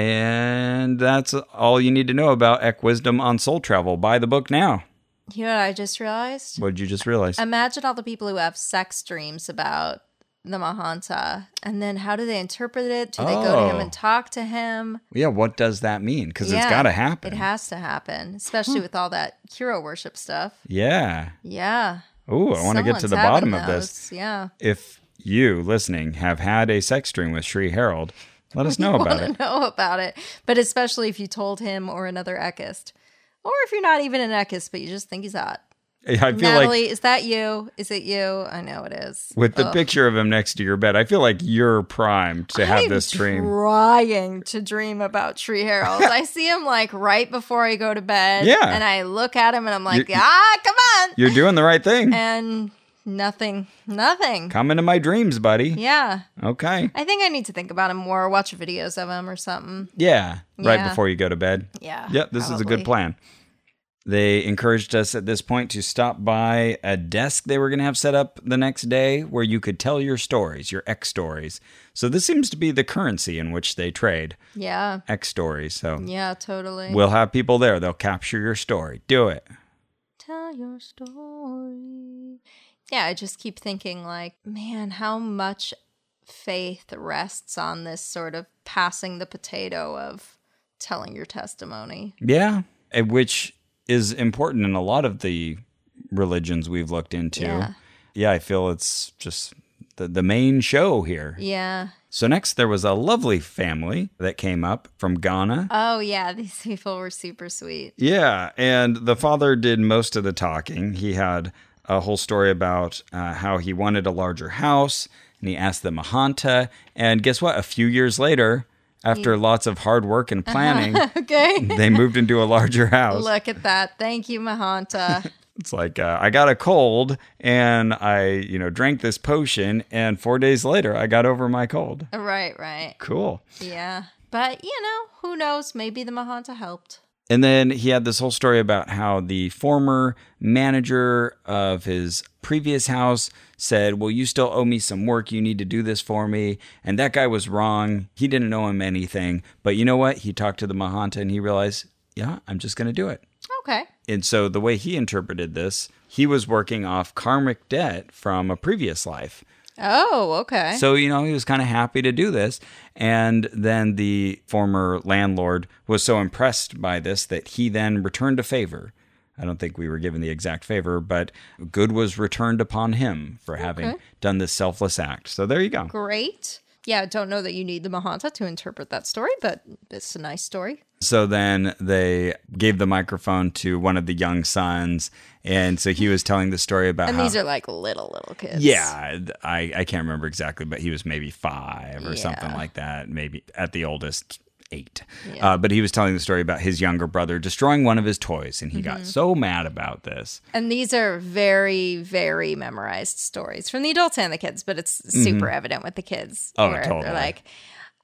And that's all you need to know about Ek Wisdom on Soul Travel. Buy the book now. You know what I just realized? What did you just realize? Imagine all the people who have sex dreams about the Mahanta, and then how do they interpret it? Do they go to him Oh. and talk to him? yeah, what does that mean? Because it's Yeah, got to happen. It has to happen, especially with all that hero worship stuff. Yeah. Yeah, Ooh, I want to get to Someone's the having bottom of this. those. Yeah, If you listening have had a sex dream with Sri Harold, let us know about it. know about it, but especially if you told him or another Ekist, or if you're not even an Ekist, but you just think he's hot. I feel Natalie, like is that you? Is it you? I know it is. with the picture of him next to your bed, I feel like you're primed to have I'm this dream. Trying to dream about Tree Harold. I see him like right before I go to bed. Yeah. And I look at him and I'm like, You- you- ah, come on. You're doing the right thing. And nothing. Nothing. Come into my dreams, buddy. yeah. Okay. I think I need to think about him more, watch videos of him or something. Yeah. Right Yeah. before you go to bed. Yeah, Yep. This is a probably. good plan. They encouraged us at this point to stop by a desk they were going to have set up the next day where you could tell your stories, your X stories. So this seems to be the currency in which they trade Yeah. X stories. So Yeah, totally. we'll have people there. They'll capture your story. Do it. Tell your story. Yeah, I just keep thinking, like, man, how much faith rests on this sort of passing the potato of telling your testimony. Yeah. And Eh, Which is important in a lot of the religions we've looked into. Yeah. Yeah, I feel it's just the, the main show here. Yeah. So next there was a lovely family that came up from Ghana. Oh, yeah. These people were super sweet. Yeah, and the father did most of the talking. He had a whole story about uh, how he wanted a larger house, and he asked them a Honda. And guess what? A few years later, after lots of hard work and planning, Okay. they moved into a larger house. Look at that. Thank you, Mahanta. It's like uh, I got a cold, and I, you know, drank this potion, and four days later, I got over my cold. right, right. Cool. Yeah. But, you know, who knows? Maybe the Mahanta helped. And then he had this whole story about how the former manager of his previous house said, Well, you still owe me some work. You need to do this for me. And that guy was wrong. He didn't owe him anything. But you know what? He talked to the Mahanta and he realized, Yeah, I'm just going to do it. Okay. And so the way he interpreted this, he was working off karmic debt from a previous life. Oh, okay. So, you know, he was kind of happy to do this. And then the former landlord was so impressed by this that he then returned a favor. I don't think we were given the exact favor, but good was returned upon him for having done this selfless act. So there you go. Great. Yeah, I don't know that you need the Mahanta to interpret that story, but it's a nice story. So then they gave the microphone to one of the young sons. And so he was telling the story about And how. these are like little, little kids. Uh-huh. yeah, I, I can't remember exactly, but he was maybe five or something Yeah. like that, maybe at the oldest, eight. Uh, but he was telling the story about his younger brother destroying one of his toys, and he Mm-hmm. got so mad about this. And these are very, very memorized stories from the adults and the kids, but it's super evident with the kids. Mm-hmm. Oh, where totally. They're like,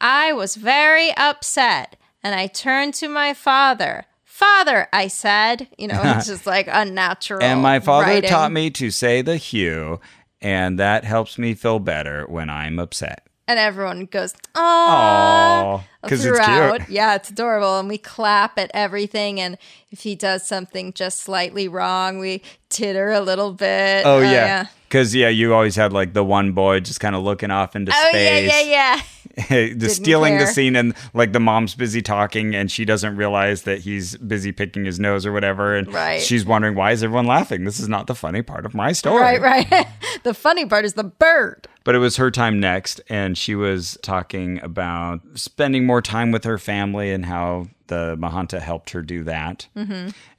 I was very upset and I turned to my father. Father, I said, you know, it's just like unnatural. And my father writing. taught me to say the hue, and that helps me feel better when I'm upset. And everyone goes, oh, Aw, 'cause it's cute. Yeah, it's adorable. And we clap at everything. And if he does something just slightly wrong, we titter a little bit. Oh, yeah. Because, yeah, you always had like the one boy just kind of looking off into Oh, yeah, space. yeah, yeah. just stealing the care. scene and like the mom's busy talking and she doesn't realize that he's busy picking his nose or whatever and Right. she's wondering why is everyone laughing this is not the funny part of my story Right, right. the funny part is the bird. but it was her time next and she was talking about spending more time with her family and how the mahanta helped her do that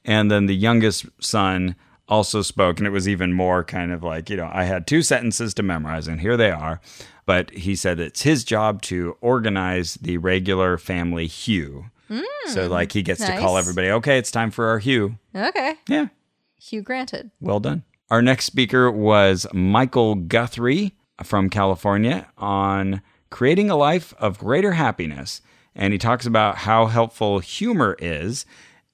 and then the youngest son also spoke and it was even more kind of like you know i had two sentences to memorize and here they are but he said it's his job to organize the regular family hue so like he gets to call nice. everybody okay it's time for our hue Okay. yeah Hugh granted. well done. Our next speaker was Michael Guthrie from California on creating a life of greater happiness. And he talks about how helpful humor is.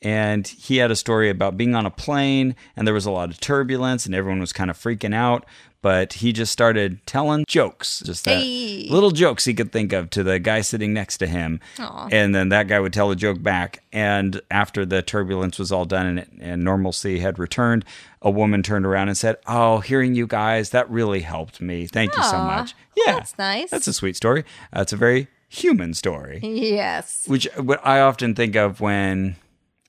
And he had a story about being on a plane and there was a lot of turbulence and everyone was kind of freaking out. But he just started telling jokes, just that little jokes he could think of to the guy sitting next to him. And then that guy would tell a joke back. And after the turbulence was all done and, and normalcy had returned, a woman turned around and said, Oh, hearing you guys, that really helped me. Thank you so much. Yeah. that's nice. That's a sweet story. That's a very human story Yes. which what I often think of when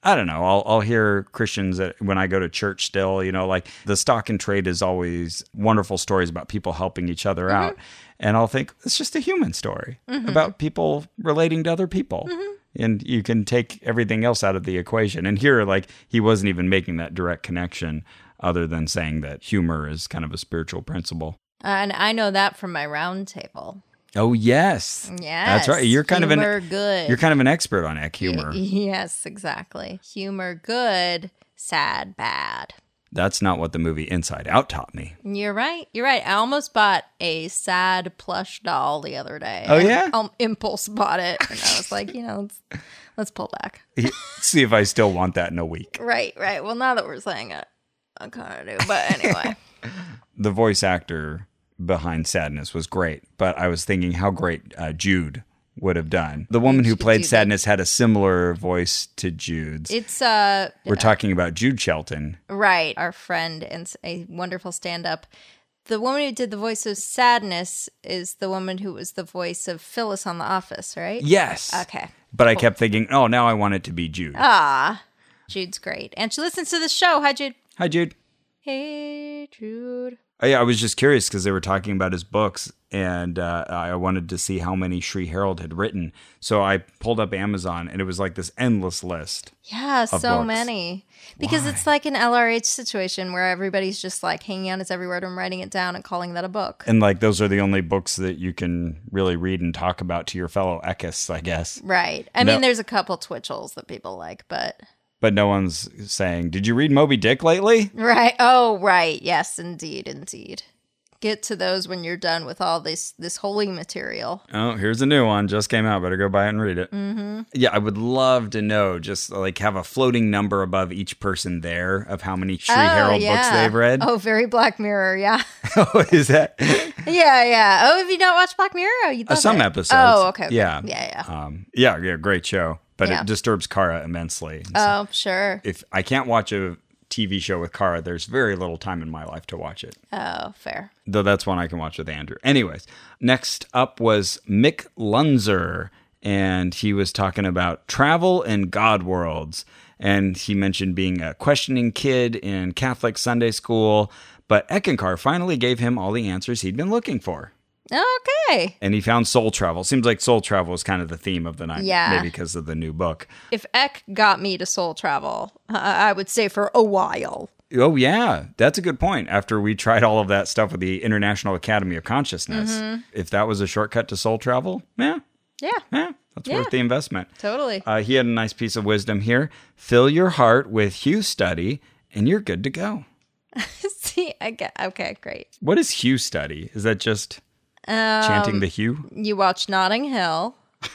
I don't know. I'll I'll hear Christians that when I go to church still, you know, like the stock and trade is always wonderful stories about people helping each other Mm-hmm. out, and I'll think it's just a human story about people relating to other people. Mm-hmm. And you can take everything else out of the equation. And here, like, he wasn't even making that direct connection other than saying that humor is kind of a spiritual principle. Uh, And I know that from my round table. Oh, yes. That's right. Yes. You're kind Humor of an, good. You're kind of an expert on ec humor. Yes, exactly. Humor good, sad bad. That's not what the movie Inside Out taught me. You're right. You're right. I almost bought a sad plush doll the other day. Oh, yeah? I, um, impulse bought it. And I was like, you know, let's, let's pull back. See if I still want that in a week. Right, right. Well, now that we're saying it, I kind of do. But anyway. The voice actor behind Sadness was great, but I was thinking how great uh, Jude would have done. The woman who played Sadness had a similar voice to Jude's. it's uh We're talking about Jude Shelton. Right. Our friend and s- a wonderful stand up. The woman who did the voice of sadness is the woman who was the voice of Phyllis on The Office, right? Yes. Okay. But I kept thinking, oh, now I want it to be Jude. Jude's great. And she listens to the show. Hi, Jude. Hi, Jude. Hey, Jude. Oh, I, I was just curious because they were talking about his books, and uh, I wanted to see how many Sri Harold had written. So I pulled up Amazon, and it was like this endless list. Yeah, so books. many. Because it's like an LRH situation where everybody's just like hanging out his every word and writing it down and calling that a book. And like those are the only books that you can really read and talk about to your fellow Ekis, I guess. Right. I No. mean, there's a couple Twitchels that people like, but But no one's saying, "Did you read Moby Dick lately?" right. Oh, right. Yes, indeed, indeed. Get to those when you're done with all this this holy material. Oh, here's a new one. Just came out. Better go buy it and read it. Mm-hmm. Yeah, I would love to know. Just like have a floating number above each person there of how many Sri Oh, Harold books yeah. they've read. Oh, very Black Mirror. Yeah, Oh, is that yeah, yeah. Oh, if you don't watch Black Mirror, oh, you'd uh, love some it. episodes? Oh, okay. okay. Yeah, yeah, yeah. Um, yeah, yeah. Great show, but Yeah. it disturbs Kara immensely. And so Oh, sure. If I can't watch a TV show with Kara, there's very little time in my life to watch it. Oh, fair. Though that's one I can watch with Andrew. Anyways, next up was Mick Lunzer, and he was talking about travel and God worlds. And he mentioned being a questioning kid in Catholic Sunday school, but Eckankar finally gave him all the answers he'd been looking for. Okay. And he found soul travel. Seems like soul travel is kind of the theme of the night. Yeah. Maybe because of the new book. If Eck got me to soul travel, uh, I would say for a while. Oh, yeah. That's a good point. After we tried all of that stuff with the International Academy of Consciousness, if that was a shortcut to soul travel, yeah, Yeah, yeah, that's Yeah. worth the investment. totally. Uh, he had a nice piece of wisdom here. Fill your heart with Hugh study, and you're good to go. See, I get. Okay, great. What is Hugh study? Is that just chanting Um, the Hugh? You watch Notting Hill.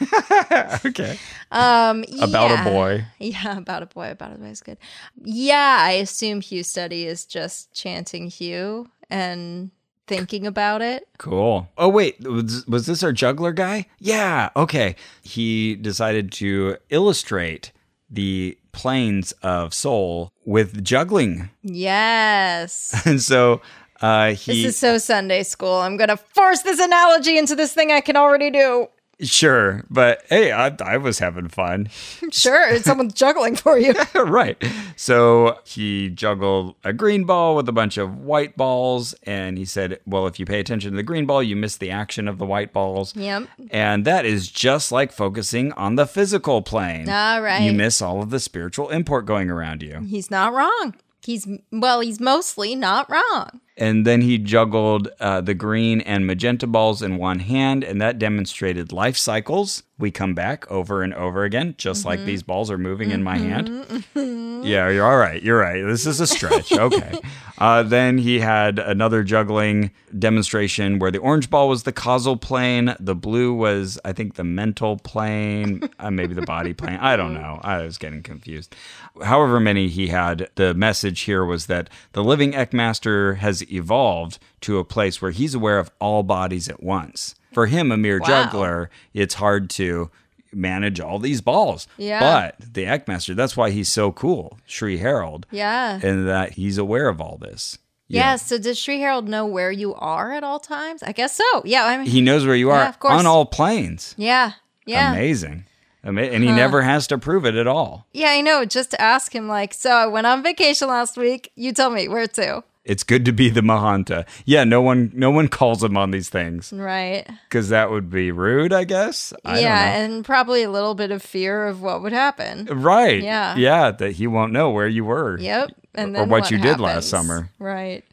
Okay. Um, About yeah. a boy. Yeah, about a boy. About a boy is good. Yeah, I assume Hugh study is just chanting Hugh and thinking about it. Cool. Oh wait, was, was this our juggler guy? Yeah. Okay. He decided to illustrate the planes of soul with juggling, Yes. and so uh, he This is so Sunday school. I'm going to force this analogy into this thing I can already do. sure. But hey, I, I was having fun. Sure, it's someone juggling for you. right. So he juggled a green ball with a bunch of white balls. And he said, Well, if you pay attention to the green ball, you miss the action of the white balls. Yep. And that is just like focusing on the physical plane. All right. You miss all of the spiritual import going around you. He's not wrong. He's, well, he's mostly not wrong. And then he juggled uh, the green and magenta balls in one hand, and that demonstrated life cycles. We come back over and over again, just Mm-hmm. like these balls are moving in my hand. Yeah, you're all right. You're right. This is a stretch. Okay. uh, then he had another juggling demonstration where the orange ball was the causal plane, the blue was, I think, the mental plane, uh, maybe the body plane. I don't know. I was getting confused. However, many he had, the message here was that the living Eckmaster has evolved to a place where he's aware of all bodies at once. For him, a mere juggler, it's hard to manage all these balls. Yeah. But the Eckmaster. That's why he's so cool, Sri Harold. Yeah. And that he's aware of all this. Yeah. So does Sri Harold know where you are at all times? I guess so. Yeah. I mean, He knows where you are Yeah, of course. on all planes. yeah. Yeah. Amazing. Ama- And he never has to prove it at all. Yeah, I know. Just to ask him, like, so I went on vacation last week. You tell me where to. It's good to be the Mahanta. Yeah, no one no one calls him on these things Right. because that would be rude, I guess. I yeah. don't And probably a little bit of fear of what would happen. know. Right. Yeah. Yeah, that he won't know where you were. Yep. And Or then what you did last happens. summer. Um, Right.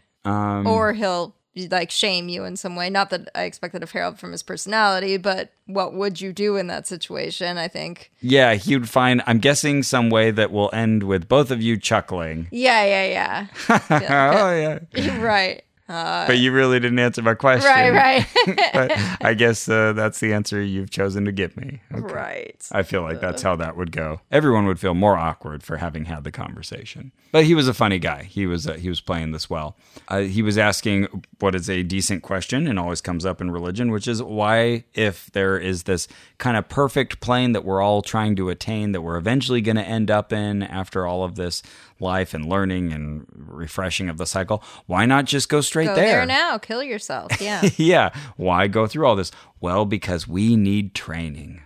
or he'll like shame you in some way. Not that I expected of Harold from his personality, but what would you do in that situation? I think. Yeah, he would find I'm guessing some way that will end with both of you chuckling. Yeah, yeah, oh yeah. yeah. right. but you really didn't answer my question. Right, right. but I guess uh, that's the answer you've chosen to give me. Okay. right. I feel like that's how that would go. Everyone would feel more awkward for having had the conversation. But he was a funny guy. He was uh, he was playing this well. Uh, he was asking what is a decent question and always comes up in religion, which is why if there is this kind of perfect plane that we're all trying to attain that we're eventually going to end up in after all of this life and learning and refreshing of the cycle, why not just go straight Go there. now. Kill yourself. Yeah. yeah. Why go through all this? Well, Mm, mm-hmm, because we need training.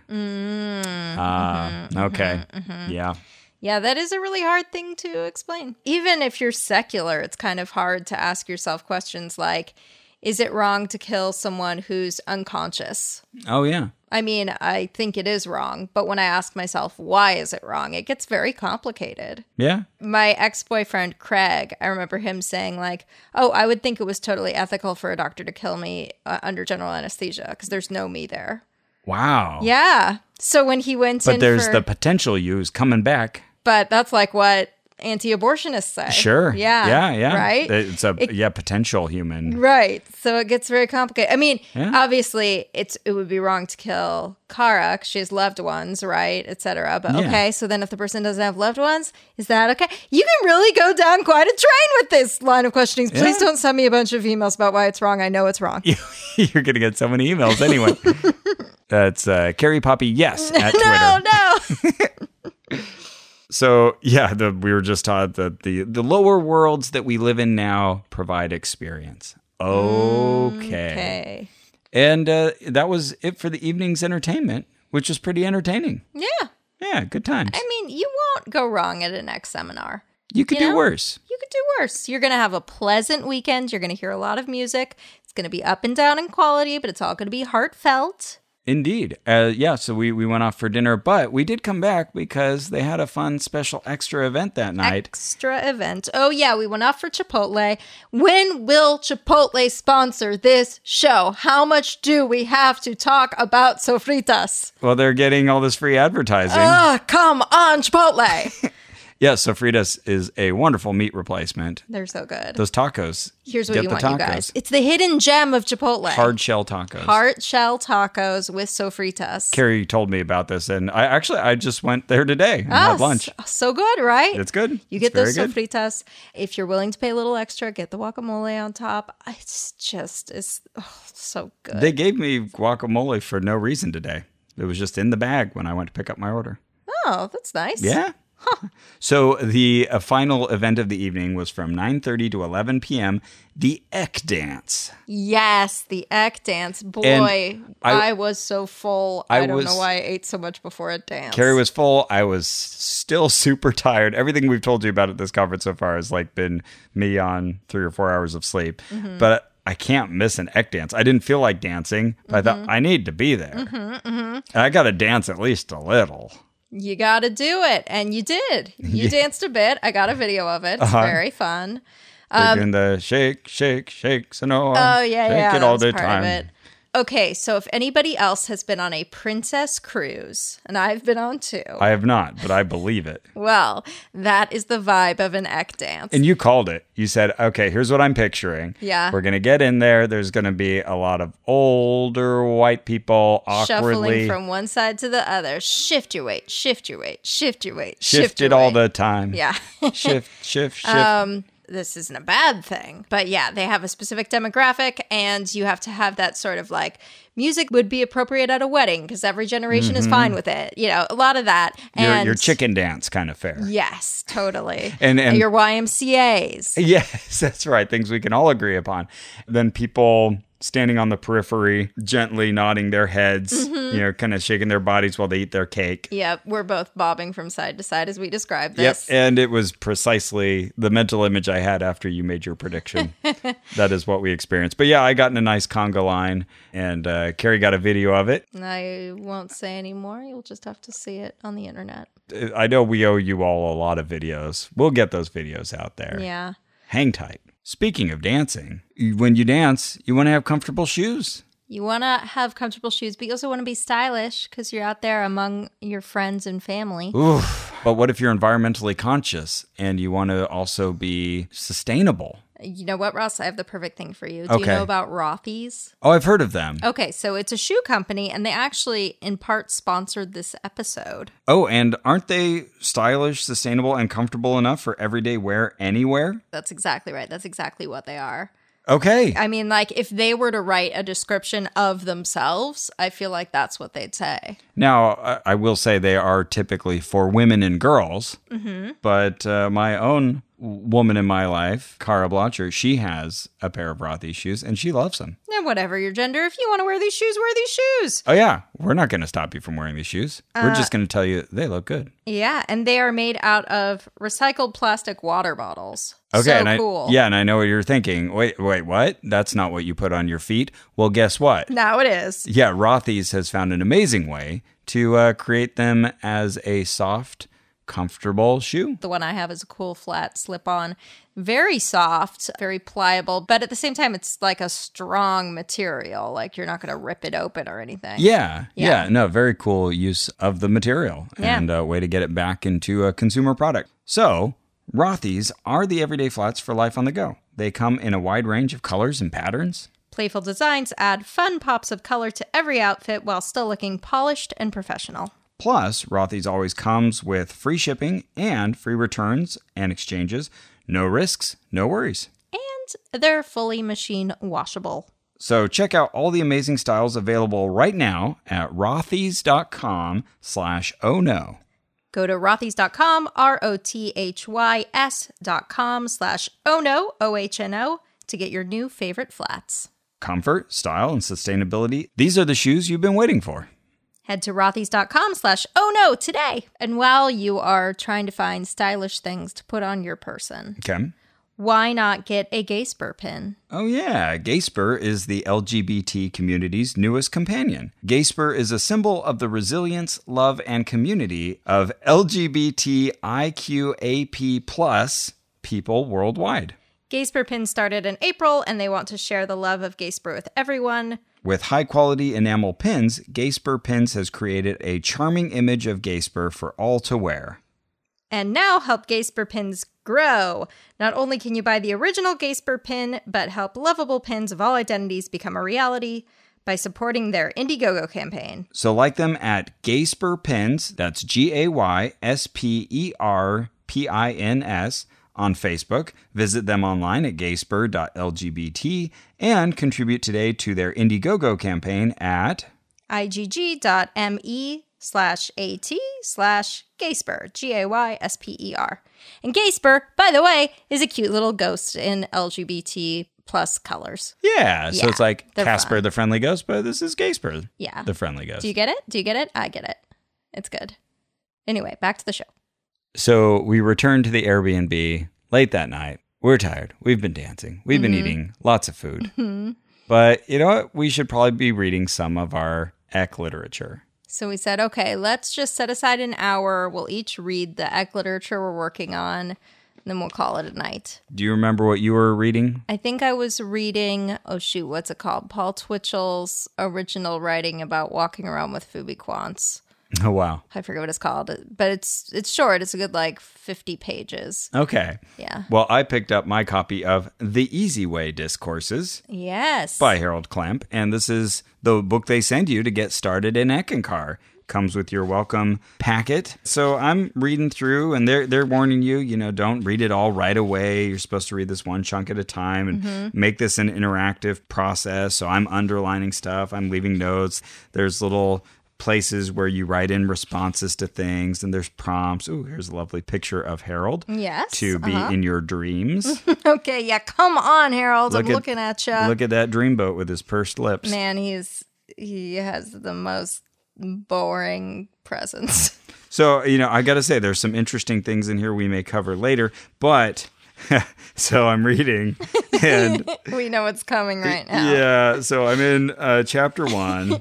Ah, okay. Yeah. Yeah, that is a really hard thing to explain. Even if you're secular, it's kind of hard to ask yourself questions like, is it wrong to kill someone who's unconscious? Oh, yeah. I mean, I think it is wrong, but when I ask myself, why is it wrong? It gets very complicated. Yeah. My ex boyfriend, Craig, I remember him saying, like, oh, I would think it was totally ethical for a doctor to kill me uh, under general anesthesia because there's no me there. Wow. Yeah. So when he went Oh. But in, there's for- the potential you's coming back. but that's like what anti-abortionists say. Sure. Uh, Yeah. Yeah. Yeah. Right. It's a It- yeah potential human. Right. So it gets very complicated. I mean, Yeah. obviously, it's it would be wrong to kill Kara 'cause she has loved ones, right, etc. But Yeah. okay, so then if the person doesn't have loved ones, is that okay? You can really go down quite a train with this line of questionings. Please Yeah. don't send me a bunch of emails about why it's wrong. I know it's wrong. You're gonna get so many emails anyway. That's uh, Carrie Poppy. Yes. At Twitter. No, Oh, no. So yeah, the, we were just taught that the the lower worlds that we live in now provide experience. Okay. Mm, okay. And uh, that was it for the evening's entertainment, which was pretty entertaining. Yeah. Yeah, good times. I mean, you won't go wrong at an next seminar. you could you do know? worse. you could do worse. You're going to have a pleasant weekend. You're going to hear a lot of music. It's going to be up and down in quality, but it's all going to be heartfelt. Indeed. Uh, yeah, so we, we went off for dinner, but we did come back because they had a fun special extra event that night. Extra event. Oh, yeah, we went off for Chipotle. When will Chipotle sponsor this show? How much do we have to talk about sofritas? well, they're getting all this free advertising. Ugh, come on, Chipotle. yeah, so Fritas is a wonderful meat replacement. They're so good. Those tacos. Here's what get you the want, you tacos. guys. It's the hidden gem of Chipotle. Hard shell tacos. Heart shell tacos with sofritas. Carrie told me about this, and I actually I just went there today and had lunch. so- So good, right? It's good. Oh, You It's get those very good. sofritas. If you're willing to pay a little extra, get the guacamole on top. It's just, it's oh, so good. They gave me guacamole for no reason today. It was just in the bag when I went to pick up my order. oh, that's nice. Yeah. So the uh, final event of the evening was from 9:30 to 11 p.m. The Eck Dance. Yes, the egg dance. Boy, And I- I, was so full. I I, don't was- know why I ate so much before a dance. Carrie was full. I was still super tired. Everything we've told you about at this conference so far has like been me on three or four hours of sleep. But I can't miss an Eck Dance. I didn't feel like dancing. But I thought I need to be there. And I got to dance at least a little. you got to do it. And you did. You danced a bit. I got a video of it. It's Uh-huh. very fun. They're doing the shake, shake, shake, Sonora. Um, Oh yeah, shake yeah. it Um, all that's the part time. Of it. Okay, so if anybody else has been on a princess cruise, and I've been on two, I have not, but I believe it. well, that is the vibe of an ek dance. And you called it. You said, okay, here's what I'm picturing. Yeah. We're going to get in there. There's going to be a lot of older white people awkwardly Shuffling from one side to the other. Shift your weight, shift your weight, shift your weight, shift shifted your all weight. the time. Yeah. Um, shift, shift, shift. this isn't a bad thing. But yeah, they have a specific demographic, and you have to have that sort of like music would be appropriate at a wedding because every generation is fine with it. You know, a lot of that. Mm-hmm. your, And your chicken dance kind of fair. Yes, totally. And- and- your YMCA's. Yes, that's right. Things we can all agree upon. Then people standing on the periphery, gently nodding their heads, Mm-hmm. you know, kind of shaking their bodies while they eat their cake. Yep, we're both bobbing from side to side as we describe Yep. this. And it was precisely the mental image I had after you made your prediction. that is what we experienced. But yeah, I got in a nice conga line and uh, Carrie got a video of it. And I won't say any more. You'll just have to see it on the internet. I know we owe you all a lot of videos. We'll get those videos out there. Yeah. Hang tight. Speaking of dancing, you- when you dance, you want to have comfortable shoes. You want to have comfortable shoes, but you also want to be stylish because you're out there among your friends and family. Oof. But what if you're environmentally conscious and you want to also be sustainable? You know what, Ross? I have the perfect thing for you. Do Okay. you know about Rothy's? Oh, I've heard of them. Okay, so it's a shoe company, and they actually, in part, sponsored this episode. Oh, and aren't they stylish, sustainable, and comfortable enough for everyday wear anywhere? That's exactly right. That's exactly what they are. Okay. I mean, like, if they were to write a description of themselves, I feel like that's what they'd say. Now, I- Mm-hmm. I will say they are typically for women and girls, but uh, my own woman in my life, Cara Blotcher, she has a pair of Rothy's shoes and she loves them. Yeah, whatever your gender, if you want to wear these shoes, wear these shoes. Oh, yeah. We're not going to stop you from wearing these shoes. We're Uh, just going to tell you they look good. Yeah, and they are made out of recycled plastic water bottles. Okay. so and I, cool. Yeah. And I know what you're thinking. Wait, wait, what? That's not what you put on your feet. Well, guess what? now it is. Yeah. Rothy's has found an amazing way to uh, create them as a soft, comfortable shoe. The one I have is a cool flat slip on, very soft, very pliable, but at the same time, it's like a strong material. Like you're not going to rip it open or anything. Yeah, yeah, Yeah. No, very cool use of the material Yeah. and a way to get it back into a consumer product. So, Rothy's are the everyday flats for life on the go. They come in a wide range of colors and patterns. Playful designs add fun pops of color to every outfit while still looking polished and professional. Plus, Rothy's always comes with free shipping and free returns and exchanges. No risks, no worries. And they're fully machine washable. So check out all the amazing styles available right now at rothys.com slash oh no. Go to rothys.com, R O T H Y S.com slash oh no, O H N O, to get your new favorite flats. Comfort, style, and sustainability. These are the shoes you've been waiting for. Head to rothys.com slash oh no today. And while you are trying to find stylish things to put on your person, Okay. why not get a gay spur pin? Oh, yeah. Gaysper is the LGBT community's newest companion. Gaysper is a symbol of the resilience, love, and community of LGBTIQAP plus people worldwide. Gay spur pin started in April, and they want to share the love of gay spur with everyone. With high quality enamel pins, Gaysper Pins has created a charming image of Gaysper for all to wear. and now help Gasper pins grow. Not only can you buy the original Gasper pin, but help lovable pins of all identities become a reality by supporting their Indiegogo campaign. So like them at Gaysper Pins, that's G A Y S P E R P I N S on Facebook. Visit them online at gaysper.lgbt and contribute today to their Indiegogo campaign at igg.me E slash at slash Gasper, G A Y S P E R. And Gasper, by the way, is a cute little ghost in LGBT plus colors. yeah, so Yeah, it's like they're Casper fun. the Friendly Ghost, but this is Gaysper Yeah. the Friendly Ghost. Do you get it? Do you get it? I get it. It's good. Anyway, back to the show. so we returned to the Airbnb late that night. We're tired. We've been dancing. We've been eating lots of food. But you know what? We should probably be reading some of our Eck literature. So we said, okay, let's just set aside an hour. We'll each read the Eck literature we're working on, and then we'll call it a night. Do you remember what you were reading? I think I was reading, oh shoot, what's it called? Paul Twitchell's original writing about walking around with Phoebe Quants. Oh wow. I forget what it's called, but it's it's short. It's a good like fifty pages. Okay. Yeah. Well, I picked up my copy of The Easy Way Discourses Yes. by Harold Clamp, and this is the book they send you to get started in Eckankar. Comes with your welcome packet. So I'm reading through and they're they're warning you, you know, don't read it all right away. You're supposed to read this one chunk at a time and Mm-hmm. make this an interactive process. So I'm underlining stuff, I'm leaving notes. There's little places where you write in responses to things and there's prompts. Ooh, here's a lovely picture of Harold. Yes, uh-huh. To be in your dreams. Okay. Yeah. Come on, Harold. I'm looking at you. Look at that dreamboat with his pursed lips. Man, he's he has the most boring presence. So, you know, I got to say, there's some interesting things in here we may cover later, but so I'm reading. And we know what's coming right now. yeah, so I'm in uh, chapter one,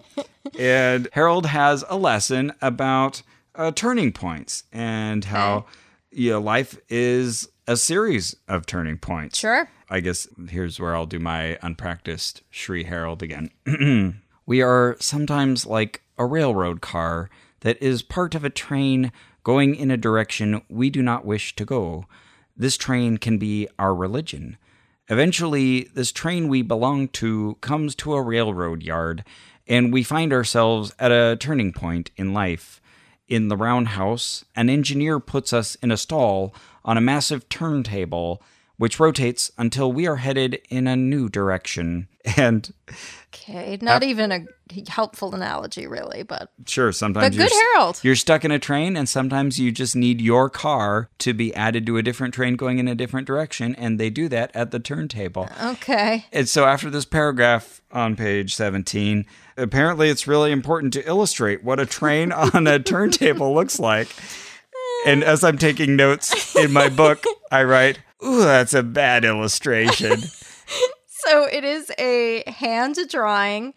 and Harold has a lesson about uh, turning points and how you know, life is a series of turning points. Sure. I guess here's where I'll do my unpracticed Shri Harold again. we are sometimes like a railroad car that is part of a train going in a direction we do not wish to go. This train can be our religion. Eventually, this train we belong to comes to a railroad yard, and we find ourselves at a turning point in life. In the roundhouse, an engineer puts us in a stall on a massive turntable which rotates until we are headed in a new direction. And Okay, not even a helpful analogy, really, but sure, sometimes But you're, good s- herald. you're stuck in a train, and sometimes you just need your car to be added to a different train going in a different direction, and they do that at the turntable. Uh. okay. And so after this paragraph on page 17, apparently it's really important to illustrate what a train on a turntable looks like. And as I'm taking notes in my book, I write, Ooh, that's a bad illustration. So it is a hand drawing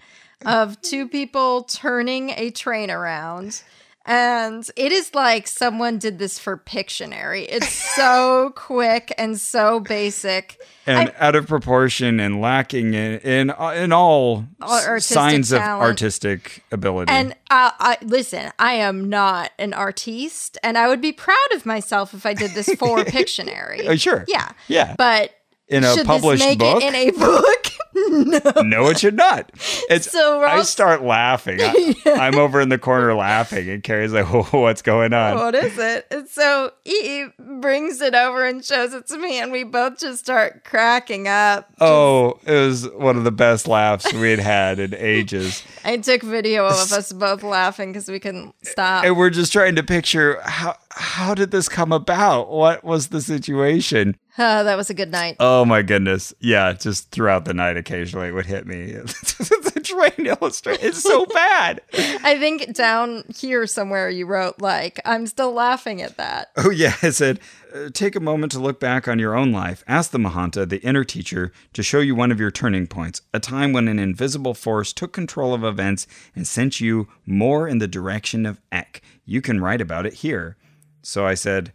of two people turning a train around. And it is like someone did this for Pictionary. It's so quick and so basic. And out of proportion and lacking in in, in all All artistic signs talent. of artistic ability. And uh, I listen, I am not an artiste, and I would be proud of myself if I did this for Pictionary. Oh, sure. Yeah. Yeah. But In a should this published make book? it in a book? no, it should not. It's So we're I all- start laughing. I, I'm over in the corner laughing, and Carrie's like, oh, "What's going on?" what is it? And so he brings it over and shows it to me, and we both just start cracking up. Oh, it was one of the best laughs we had had in ages. I took video of us both laughing because we couldn't stop. And we're just trying to picture how how did this come about? What was the situation? Uh, that was a good night. Oh my goodness. Yeah, just throughout the night occasionally it would hit me. the train illustrator is so bad. I think down here somewhere you wrote, like, I'm still laughing at that. Oh, yeah. It said, uh, take a moment to look back on your own life. Ask the Mahanta, the inner teacher, to show you one of your turning points, a time when an invisible force took control of events and sent you more in the direction of Ek. You can write about it here. So I said,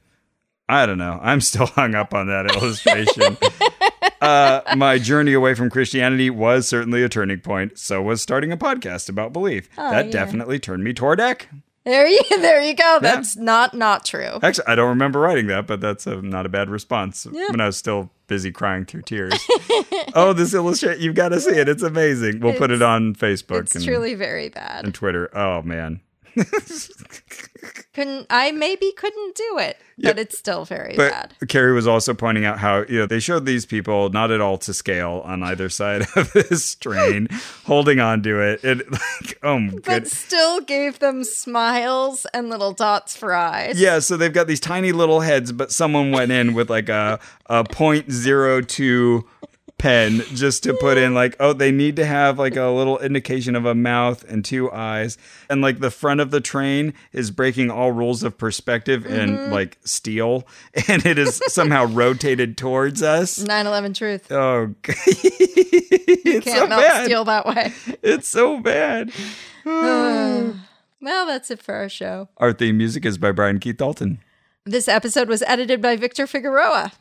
I don't know. I'm still hung up on that illustration. uh, my journey away from Christianity was certainly a turning point. So was starting a podcast about belief. that definitely turned me toward Ek. There you, there you go. That's not not true. Actually, I don't remember writing that, but that's a, not a bad response when I was still busy crying through tears. oh, this illustration, you've got to see it. It's amazing. We'll put it on Facebook It's and, truly very bad. and Twitter. Oh, man. Couldn't I maybe couldn't do it, but it's still very But bad. Carrie was also pointing out how you know they showed these people not at all to scale on either side of this train, holding on to it. It like oh my But goodness. still gave them smiles and little dots for eyes. Yeah, so they've got these tiny little heads, but someone went in with like a a point zero two pen just to put in like, oh, they need to have like a little indication of a mouth and two eyes, and like the front of the train is breaking all rules of perspective Mm-hmm. and like steel, and it is somehow rotated towards Mm. us. 9-11 truth. Oh, God. it's Can't so melt bad. steel that way. It's so bad. Well, that's it for our show. Our theme music is by Brian Keith Dalton. This episode was edited by Victor Figueroa.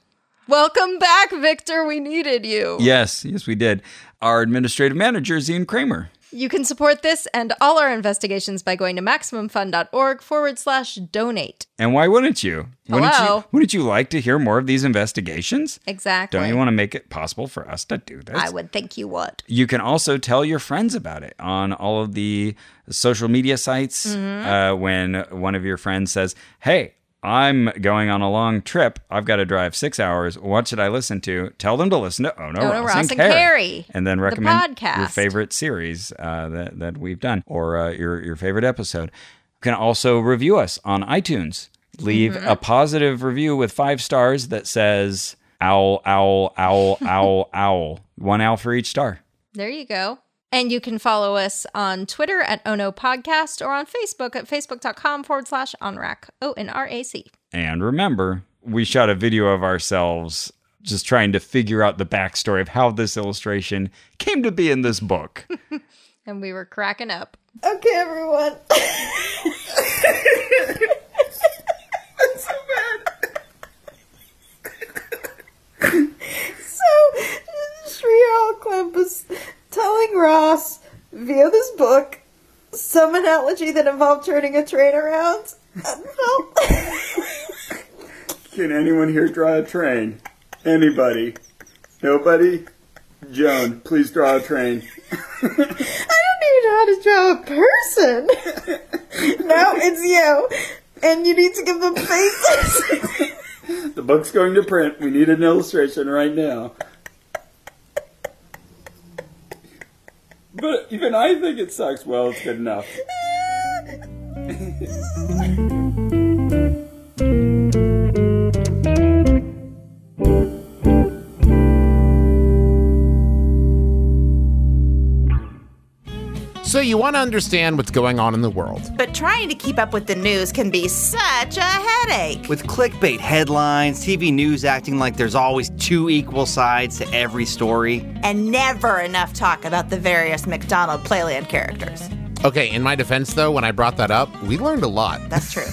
Welcome back, Victor. We needed you. Yes, yes, we did. Our administrative manager is Ian Kramer. You can support this and all our investigations by going to MaximumFun.org forward slash donate. And why wouldn't you? Wouldn't you Hello? wouldn't you like to hear more of these investigations? Exactly. Don't you want to make it possible for us to do this? I would think you would. You can also tell your friends about it on all of the social media sites. Mm-hmm. Uh, when one of your friends says, Hey, I'm going on a long trip. I've got to drive six hours. What should I listen to? Tell them to listen to Oh No, Ono, Ross, and, Ross, and Carrie. Carrie, And then the recommend your podcast. favorite series uh, that, that we've done or uh, your, your favorite episode. You can also review us on iTunes. Leave Mm-hmm. a positive review with five stars that says owl, owl, owl, owl, owl. One owl for each star. There you go. And you can follow us on Twitter at Ono Podcast or on Facebook at facebook.com forward slash onrac. O N R A C. And remember, we shot a video of ourselves just trying to figure out the backstory of how this illustration came to be in this book. And we were cracking up. Okay, everyone. That's so bad. so, Sri Club was telling Ross via this book some analogy that involved turning a train around. And Val- Can anyone here draw a train? Anybody? Nobody? Joan, please draw a train. I don't even know how to draw a person. no, it's you. And you need to give them faces. The book's going to print. We need an illustration right now. But even I think it sucks. Well, it's good enough. So you want to understand what's going on in the world. But trying to keep up with the news can be such a headache. With clickbait headlines, TV news acting like there's always two equal sides to every story. And never enough talk about the various McDonald Playland characters. Okay, in my defense though, when I brought that up, we learned a lot. That's true.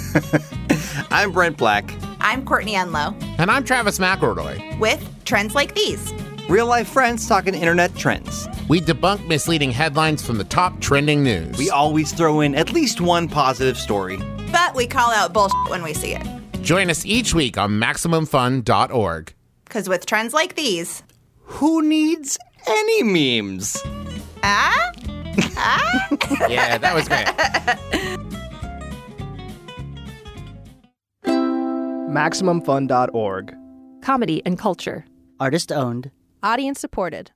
I'm Brent Black. I'm Courtney Unlow And I'm Travis McElroy. with Trends Like These. Real life friends talking internet trends. We debunk misleading headlines from the top trending news. We always throw in at least one positive story. But we call out bullshit when we see it. Join us each week on MaximumFun.org. Because with trends like these, Who needs any memes? ah, yeah, that was great. MaximumFun.org. Comedy and culture. Artist owned. Audience supported.